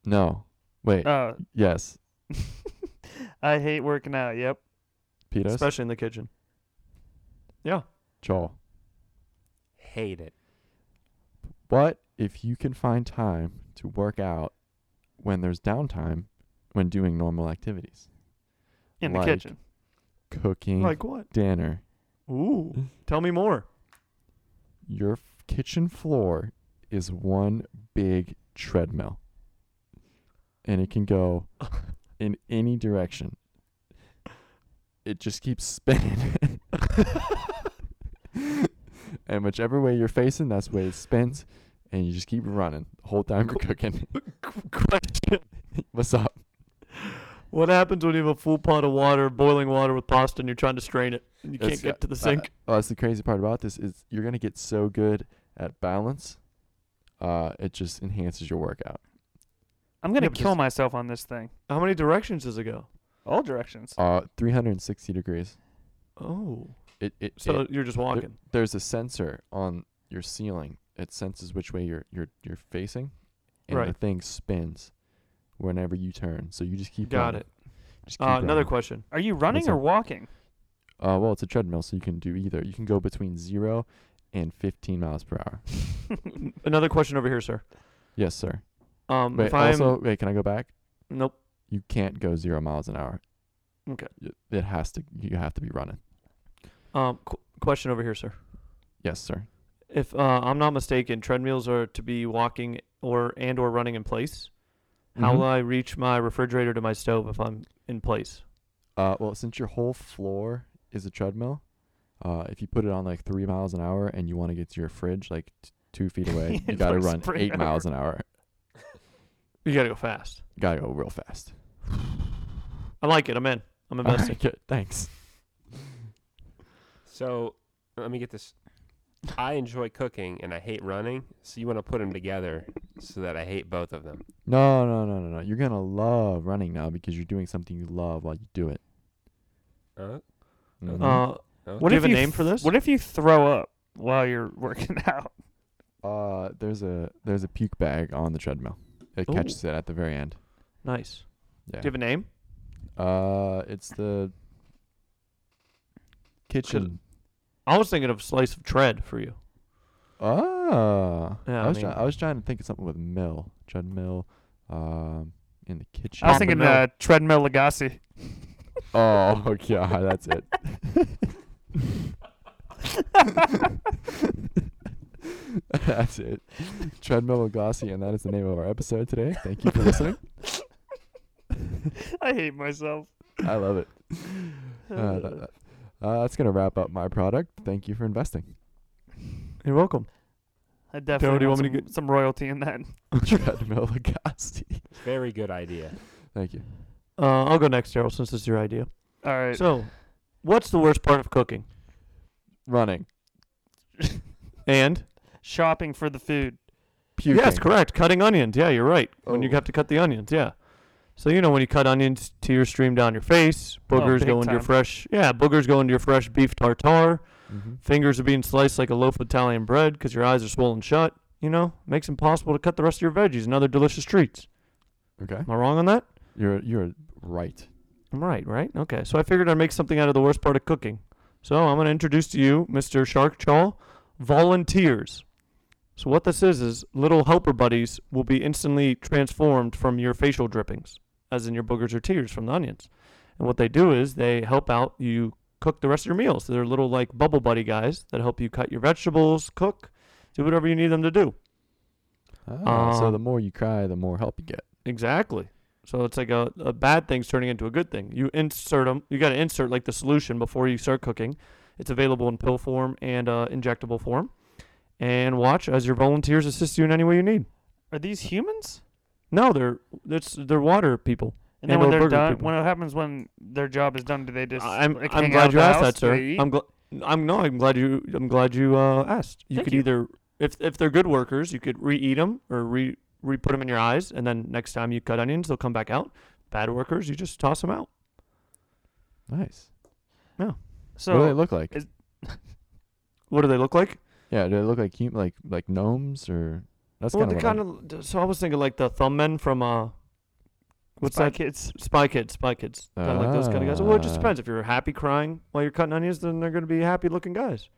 No. Wait.
Uh,
yes.
I hate working out. Yep.
Peter.
Especially in the kitchen.
Joel.
Hate it.
But if you can find time to work out when there's downtime, when doing normal activities,
In the
Like-
kitchen.
cooking
Mm. Like what?
dinner,
Ooh, tell me more.
your f- kitchen floor is one big treadmill. And it can go in any direction. It just keeps spinning. and whichever way you're facing, that's the way it spins. And you just keep running the whole time you're cooking.
Question:
What's up?
What happens when you have a full pot of water, boiling water with pasta, and you're trying to strain it and you
That's-
can't get to the sink?
Oh, that's the crazy part about this is you're gonna get so good at balance. Uh, it just enhances your workout.
I'm gonna
Yeah, but
kill
just-
myself on this thing.
How many directions does it go?
All directions.
Uh, 360 degrees.
Oh,
It it,
so
it-
you're just
there-
walking.
there's a sensor on your ceiling. It senses which way you're you're you're facing, and the
Right.
thing spins whenever you turn. So you just keep
Got
running.
it.
Just keep
Uh, another
running.
question.
Are you running
What's up?
or walking?
Uh, well, it's a treadmill, so you can do either. You can go between zero and 15 miles per hour.
Another question over here, sir.
Yes, sir.
Um,
Wait,
if I'm
also, wait. Can I go back?
nope.
you can't go zero miles an hour.
Okay.
Y- It has to. You have to be running.
Um, qu- question over here, sir.
Yes, sir.
If uh, I'm not mistaken, treadmills are to be walking or and or running in place. How will I reach my refrigerator to my stove if I'm in place?
Uh, well, since your whole floor is a treadmill, uh, if you put it on like three miles an hour and you want to get to your fridge like t- two feet away, you
It's
got to
like
run
sprint
eight
over.
miles an hour.
You gotta go fast.
Got to go real fast.
I like it. I'm in. I'm
All
investing.
right, good. Thanks.
So let me get this. I enjoy cooking and I hate running, so you want to put them together so that I hate both of them.
No, no, no, no, no. You're gonna love running now because you're doing something you love while you do it.
Uh,
Mhm.
Uh,
okay.
what do you
if
have a
you
name
th-
for this?
What if you throw up while you're working out?
Uh, there's a there's a puke bag on the treadmill. It
Ooh.
catches it at the very end.
nice.
Yeah.
Do you have a name?
Uh, it's the kitchen.
I was thinking of slice of tread for you.
Ah,
Yeah,
I
I
was
mean-
try- I was trying to think of something with mill, treadmill, um, in the kitchen.
I was
Pump the
thinking
milk.
uh, treadmill Legacy.
oh yeah, that's it. that's it. Treadmill and glossy, and that is the name of our episode today. Thank you for listening.
I hate myself.
I love it. Uh, that- that- uh, that's gonna wrap up my product. Thank you for investing.
You're welcome.
I definitely
do you
want,
want me
some,
to
some royalty in that.
Treadmill Legassi.
Very good idea.
Thank you.
Uh, I'll go next, Daryl, since it's your idea.
All right.
So, what's the worst part of cooking?
Running.
And
Shopping for the food.
Puking.
yes, correct. Cutting onions. Yeah, you're right. When you
Oh.
have to cut the onions, yeah. So you know when you cut onions, tears stream down your face.
Oh,
Boogers
big
go into your
time.
fresh. Yeah, boogers go into your fresh beef tartare.
Mhm.
Fingers are being sliced like a loaf of Italian bread because your eyes are swollen shut. You know, makes it impossible to cut the rest of your veggies and other delicious treats.
Okay.
Am I wrong on that?
You're you're right.
I'm right, right? Okay. So I figured I'd make something out of the worst part of cooking. So I'm going to introduce to you Mr. Shark Chaw Volunteers. So what this is is little helper buddies will be instantly transformed from your facial drippings, as in your boogers or tears from the onions. And what they do is they help out you cook the rest of your meals. They're little like bubble buddy guys that help you cut your vegetables, cook, do whatever you need them to do.
Ah, so
Um,
the more you cry, the more help you get.
Exactly. So it's like a, a bad thing's turning into a good thing. You insert them. You got to insert like the solution before you start cooking. It's available in pill form and uh, injectable form. And watch as your volunteers assist you in any way you need.
Are these humans?
No, they're it's they're water people.
And then when
And/or
they're
burger
done,
people.
when it happens when their job is done, do they just?
I'm
like,
I'm
hang
glad
out
you
at
asked
the
that,
house?
sir.
They eat?
I'm glad I'm no, I'm glad you I'm glad you uh, asked. You
Thank
could
you.
either if if they're good workers, you could re-eat them or re re put them in your eyes, and then next time you cut onions, they'll come back out. Bad workers, you just toss them out.
Nice.
so
what do they look like?
is-
What do they look like?
yeah, do they look like hum- like like gnomes or? That's
well,
kind
they
of.
kind of. So I was thinking like the thumb men from uh, what's
Spy
that?
Kids.
Spy Kids. Spy Kids. Kind of like those kind of guys. Well, it just
Ah.
depends. If you're happy crying while you're cutting onions, then they're going to be happy looking guys.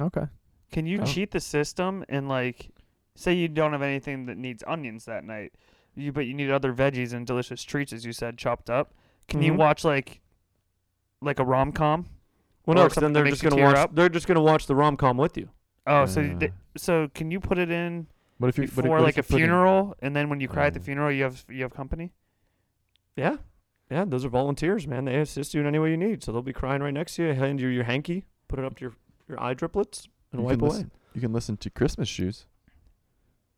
okay.
Can you
Oh.
cheat the system and like, say you don't have anything that needs onions that night, you but you need other veggies and delicious treats as you said chopped up. Can you
Mm-hmm.
Mhm.
watch like, like a rom com?
Well,
Or
no, 'cause then
something that
they're
makes
just
you
going to
tear
watch.
up?
They're just going to watch the rom com with you.
Oh, so you
Uh.
d so can you put it in
What if you what if-
before
what if
like
you
a
put in-
funeral, and then when you cry at the
Oh.
funeral, you have you have company?
Yeah, yeah. Those are volunteers, man. They assist you in any way you need. So they'll be crying right next to you, hand you your hanky, put it up to your your eye driplets, and
you
wipe
can
away.
listen- you can listen to Christmas shoes.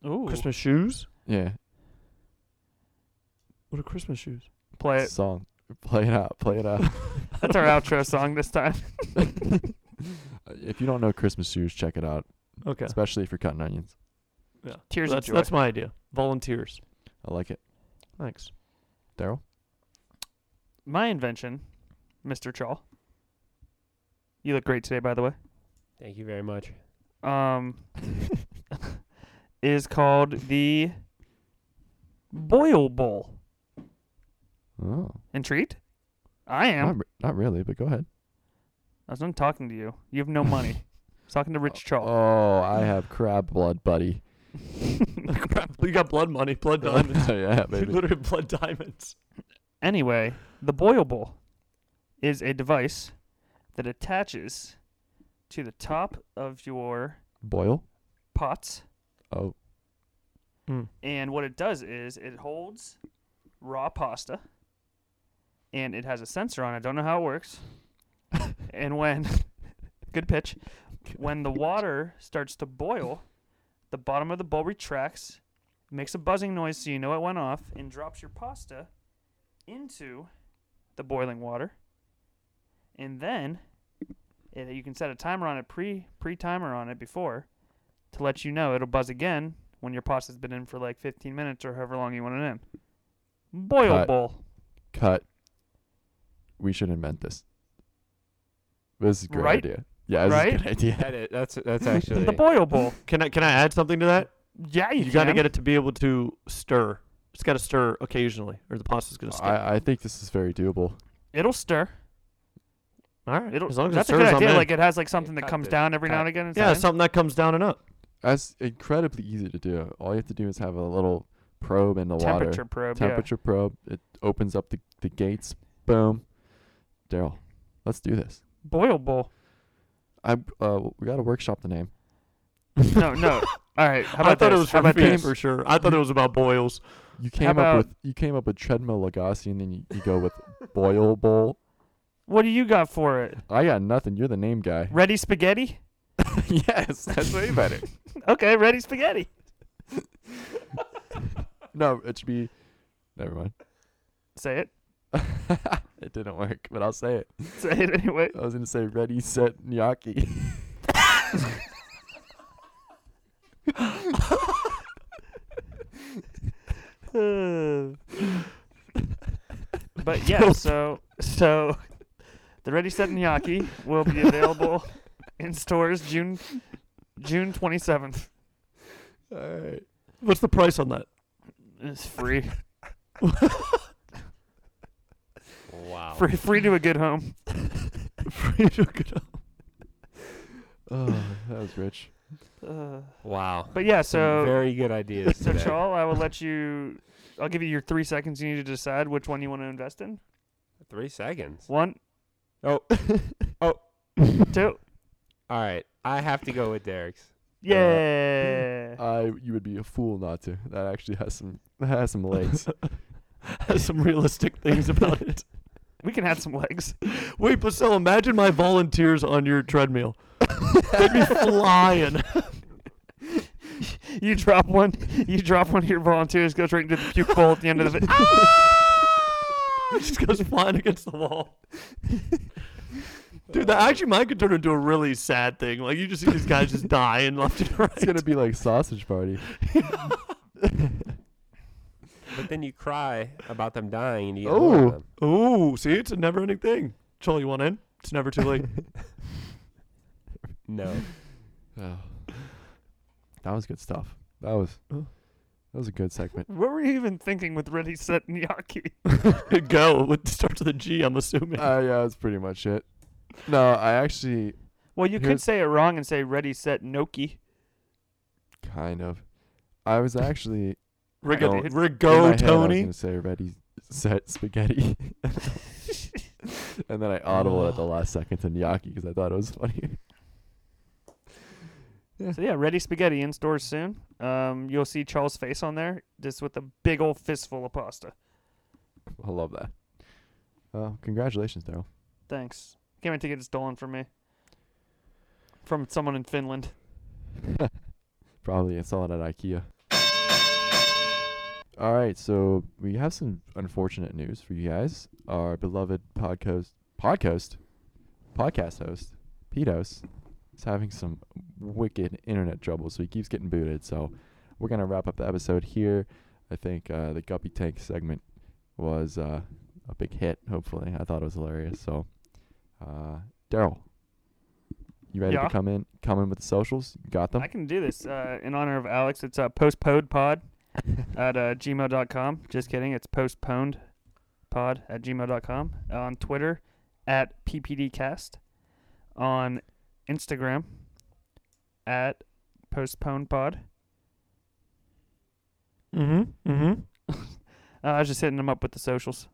Ooh,
Christmas shoes.
Yeah,
What are Christmas shoes?
play it.
song. Play it out. Play it out.
That's our outro song this time.
if you don't know Christmas shoes, check it out.
Okay,
Especially if you're cutting onions.
yeah.
Tears
That's
of joy.
that's my idea. Volunteers.
I like it.
Thanks.
Daryl.
my invention, Mr. Chaw. You look great today, by the way.
Thank you very much.
Um, is called the Boil Bowl.
Oh.
Intrigued? I
Not,
am.
re- not really, but go ahead.
I was done talking to you. You have no money. I was talking to Rich Chaw.
Oh, I have crab blood, buddy.
uh. you got blood money, blood diamonds.
yeah,
Dude,
baby.
Literally blood diamonds.
Anyway, the Boil Bowl is a device that attaches to the top of your
Boil.
pots
Oh,
And what it does is it holds raw pasta and it has a sensor on it. Don't know how it works. and when, good pitch, when the water starts to boil, the bottom of the bowl retracts, makes a buzzing noise so you know it went off, and drops your pasta into the boiling water. And then it, you can set a timer on it, pre pre timer on it before, to let you know it'll buzz again when your pasta's been in for like 15 minutes or however long you want it in. Boil
Cut.
bowl.
cut. We should invent this. This is a great
Right?
idea. Yeah, this
Right?
is a good idea.
That is, that's that's actually
The boil bowl.
Can I can I add something to that?
Yeah, you,
You, got to
can.
get it to be able to stir. It's got to stir occasionally, or the pasta's gonna stick.
I, I think this is very doable.
It'll stir.
All right,
It'll,
as long as
that's
it stirs,
a good
I'm
idea.
in.
Like it has like something that
cut
comes
this,
down every now
cut.
and again. and
yeah,
something.
something that comes down and up.
That's incredibly easy to do. All you have to do is have a little probe in the
temperature
water.
probe.
temperature probe. It opens up the, the gates. Boom. Daryl, let's do this.
Yeah. Boil bowl.
I uh, we got to workshop the name.
No, no. All right. How
I
about
thought
this?
it was
how
for
about
feet
this?
for sure. I thought it was about boils.
You came
about-
up with you came up with treadmill Lagasse, and then you, you go with boil bowl.
What do you got for it?
I got nothing. You're the name guy.
Ready spaghetti?
yes, that's way better.
Okay, ready spaghetti.
No, it should be. Never mind.
Say it.
it didn't work, but I'll say it.
Say it anyway.
I was gonna say ready, set, gnocchi.
Oh.
But yeah, so so the Ready Set Gnocchi will be available in stores June June twenty seventh.
All right.
What's the price on that?
It's free.
wow.
Free free to a good home.
Oh, that was rich.
Uh,
Wow.
but yeah,
Some
so
very good ideas.
so
today.
Charles, I will let you I'll give you your three seconds you need to decide which one you want to invest in.
Three seconds.
One
Oh,
Uh,
Two.
all right. I have to go with Derek's.
Yeah.
uh,
I you would be a fool not to. That actually has some that has some legs.
Has some realistic things about it.
we can have some legs.
Wait, Pacell, imagine my volunteers on your treadmill. They'd be flying.
You drop one. You drop one of your volunteers. Goes right into the puke bowl at the end of the.
Just goes flying against the wall. Dude, that actually might could turn into a really sad thing. Like you just see these guys just dying left and right.
it's gonna be like sausage party.
But then you cry about them dying and you get more
Oh.
of them.
Ooh, see, it's a never-ending thing. Charlie, you want in? It's never too late.
No.
Oh. That was good stuff. That was that was a good segment.
What were you even thinking with Ready Set Nyaki?
Go. It would start with a G, I'm assuming.
uh, yeah, that's pretty much it. No, I actually
Well, you could
Here's-
say it wrong and say Ready Set Noki.
kind of. I was actually
Rigo,
don't- in my
Rigo
head, I was
Tony.
gonna say ready, set, spaghetti, and then I audible at the last second to Nyaki because I thought it was funny.
So yeah, Ready Spaghetti in stores soon. Um, you'll see Charles' face on there, just with a big old fistful of pasta.
I love that. Well, congratulations, Daryl.
Thanks. Can't wait to get it stolen from me. From someone in Finland.
Probably it's all at IKEA. All right, so we have some unfortunate news for you guys. Our beloved podcast podcast podcast host Pedos is having some wicked internet trouble, so he keeps getting booted. So we're gonna wrap up the episode here. I think uh, the Guppy Tank segment was uh, a big hit. Hopefully, I thought it was hilarious. So, uh, Daryl, you ready
Yeah.
to come in? Come in with the socials? You got them?
I can do this uh, in honor of Alex. It's uh, postpodpod at uh, gmail.com. Just kidding. It's postponedpod at gmail.com. On Twitter, at ppdcast. On Instagram, at postponedpod.
Mm-hmm. Mm-hmm.
Uh, I was just hitting them up with the socials.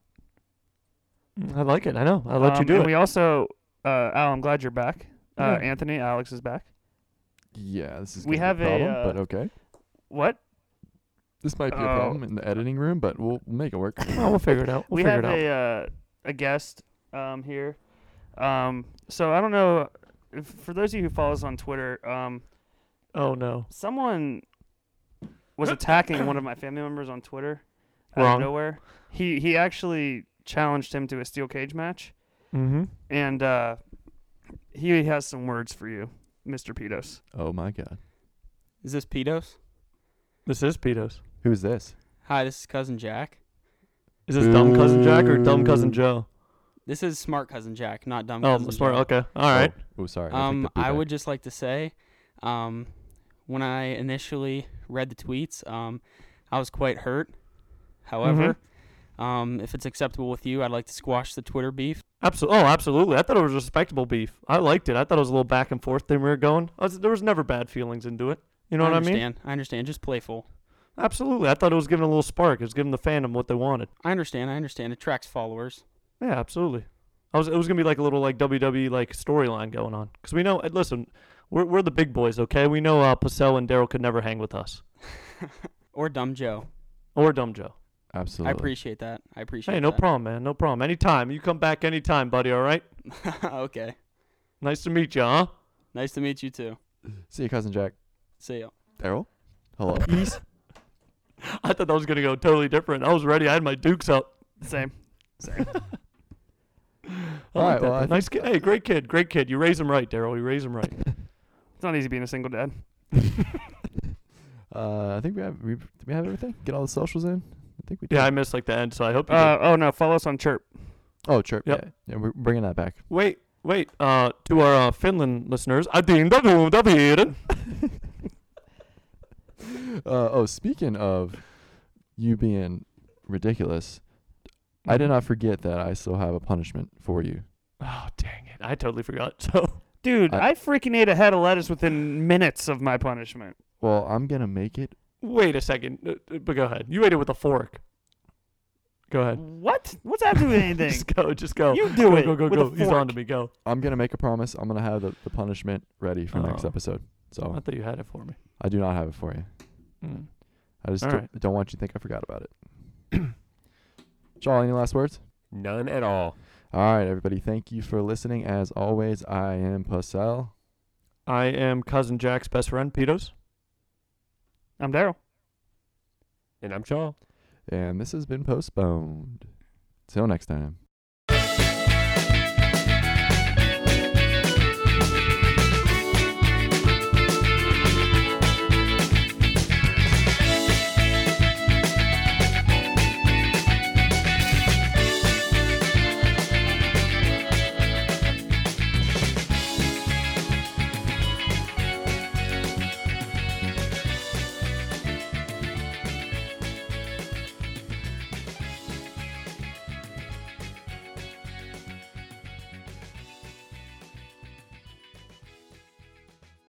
I like it. I know. I'll let you
Um,
do
and
it. Hmm.
We also, uh, Al, I'm glad you're back. Uh,
Yeah.
Anthony, Alex is back.
Yeah, this is
We
gonna be
have a,
problem, but
uh,
okay.
What?
This might be a
oh.
problem in the editing room, but we'll we'll make it work.
Oh, we'll figure it out. We'll
we
figure
have
it out.
a uh, a guest um, here. Um, so I don't know if, for those of you who follow us on Twitter, um,
oh no.
someone was attacking one of my family members on Twitter out
Wrong.
of nowhere. He he actually challenged him to a steel cage match,
Mm-hmm.
and uh, he has some words for you, Mr. Pedos.
oh my god.
Is this Pedos?
This is Pedos.
Who's this?
Hi, this is cousin Jack.
Is this dumb cousin Jack or dumb cousin Joe?
This is smart cousin Jack, not dumb
Oh,
cousin.
smart.
Jack.
Okay. All right.
Oh, oh, sorry. I'll take
Um,
the
I
feedback.
would just like to say, um, when I initially read the tweets, um, I was quite hurt. However,
Mm-hmm.
um, if it's acceptable with you, I'd like to squash the Twitter beef.
Absolutely. Oh, absolutely. I thought it was respectable beef. I liked it. I thought it was a little back and forth thing we were going. I was, there was never bad feelings into it. You know
I
what I mean?
understand. I understand. Just playful.
Absolutely. I thought it was giving a little spark. It was giving the fandom what they wanted.
I understand. I understand. Attracts followers.
Yeah, absolutely. I was. It was gonna be like a little like WWE like storyline going on because we know. uh, Listen, we're we're the big boys, okay? We know uh, Pacell and Daryl could never hang with us
or dumb Joe.
or Dumb Joe.
Absolutely.
I appreciate that. I appreciate.
Hey, no problem, man. No problem. Anytime you come back, anytime, buddy. All right.
problem. okay.
Nice to meet you, huh?
Nice to meet you too.
See you, cousin Jack.
See ya.
Daryl. Hello.
Peace. I thought that was gonna go totally different. I was ready. I had my dukes up.
Same.
I
All right,
like that,
well, I
though. nice kid. Hey, great kid. Great kid. You raise him right, Daryl. You raise him right.
It's not easy being a single dad.
uh, I think we have we did we have everything. Get all the socials in. I think we did.
yeah, I missed like the end, so I hope you. did.
Uh, oh no, follow us on Chirp.
oh, chirp.
Yep.
Yeah. Yeah, we're bringing that back.
Wait, wait. Uh, to our uh, Finland listeners, I think that will- that will-
Uh, oh, speaking of you being ridiculous, I
Mm-hmm.
did not forget that I still have a punishment for you.
Oh dang it! I totally forgot. So
Dude,
I-
I, freaking ate a head of lettuce within minutes of my punishment.
Well, I'm gonna make it
wait a second. uh, uh, But go ahead. You ate it with a fork. Go ahead.
What? What's that have to do with anything?
Just go. Just go.
you
go,
do it.
go, go,
with
go.
a
He's on
fork.
to me. Go.
I'm gonna make a promise. I'm gonna have the, the punishment ready for next
Oh.
episode.
I
So
thought you had it for me.
I do not have it for you.
Mm.
I just
All
don't,
right.
don't want you to think I forgot about it. Shaw, any last words?
None at all.
All right, everybody. Thank you for listening. As always, I am Pussell.
I am cousin Jack's best friend, Petos.
I'm Daryl.
And I'm Shaw.
And this has been postponed. Till next time.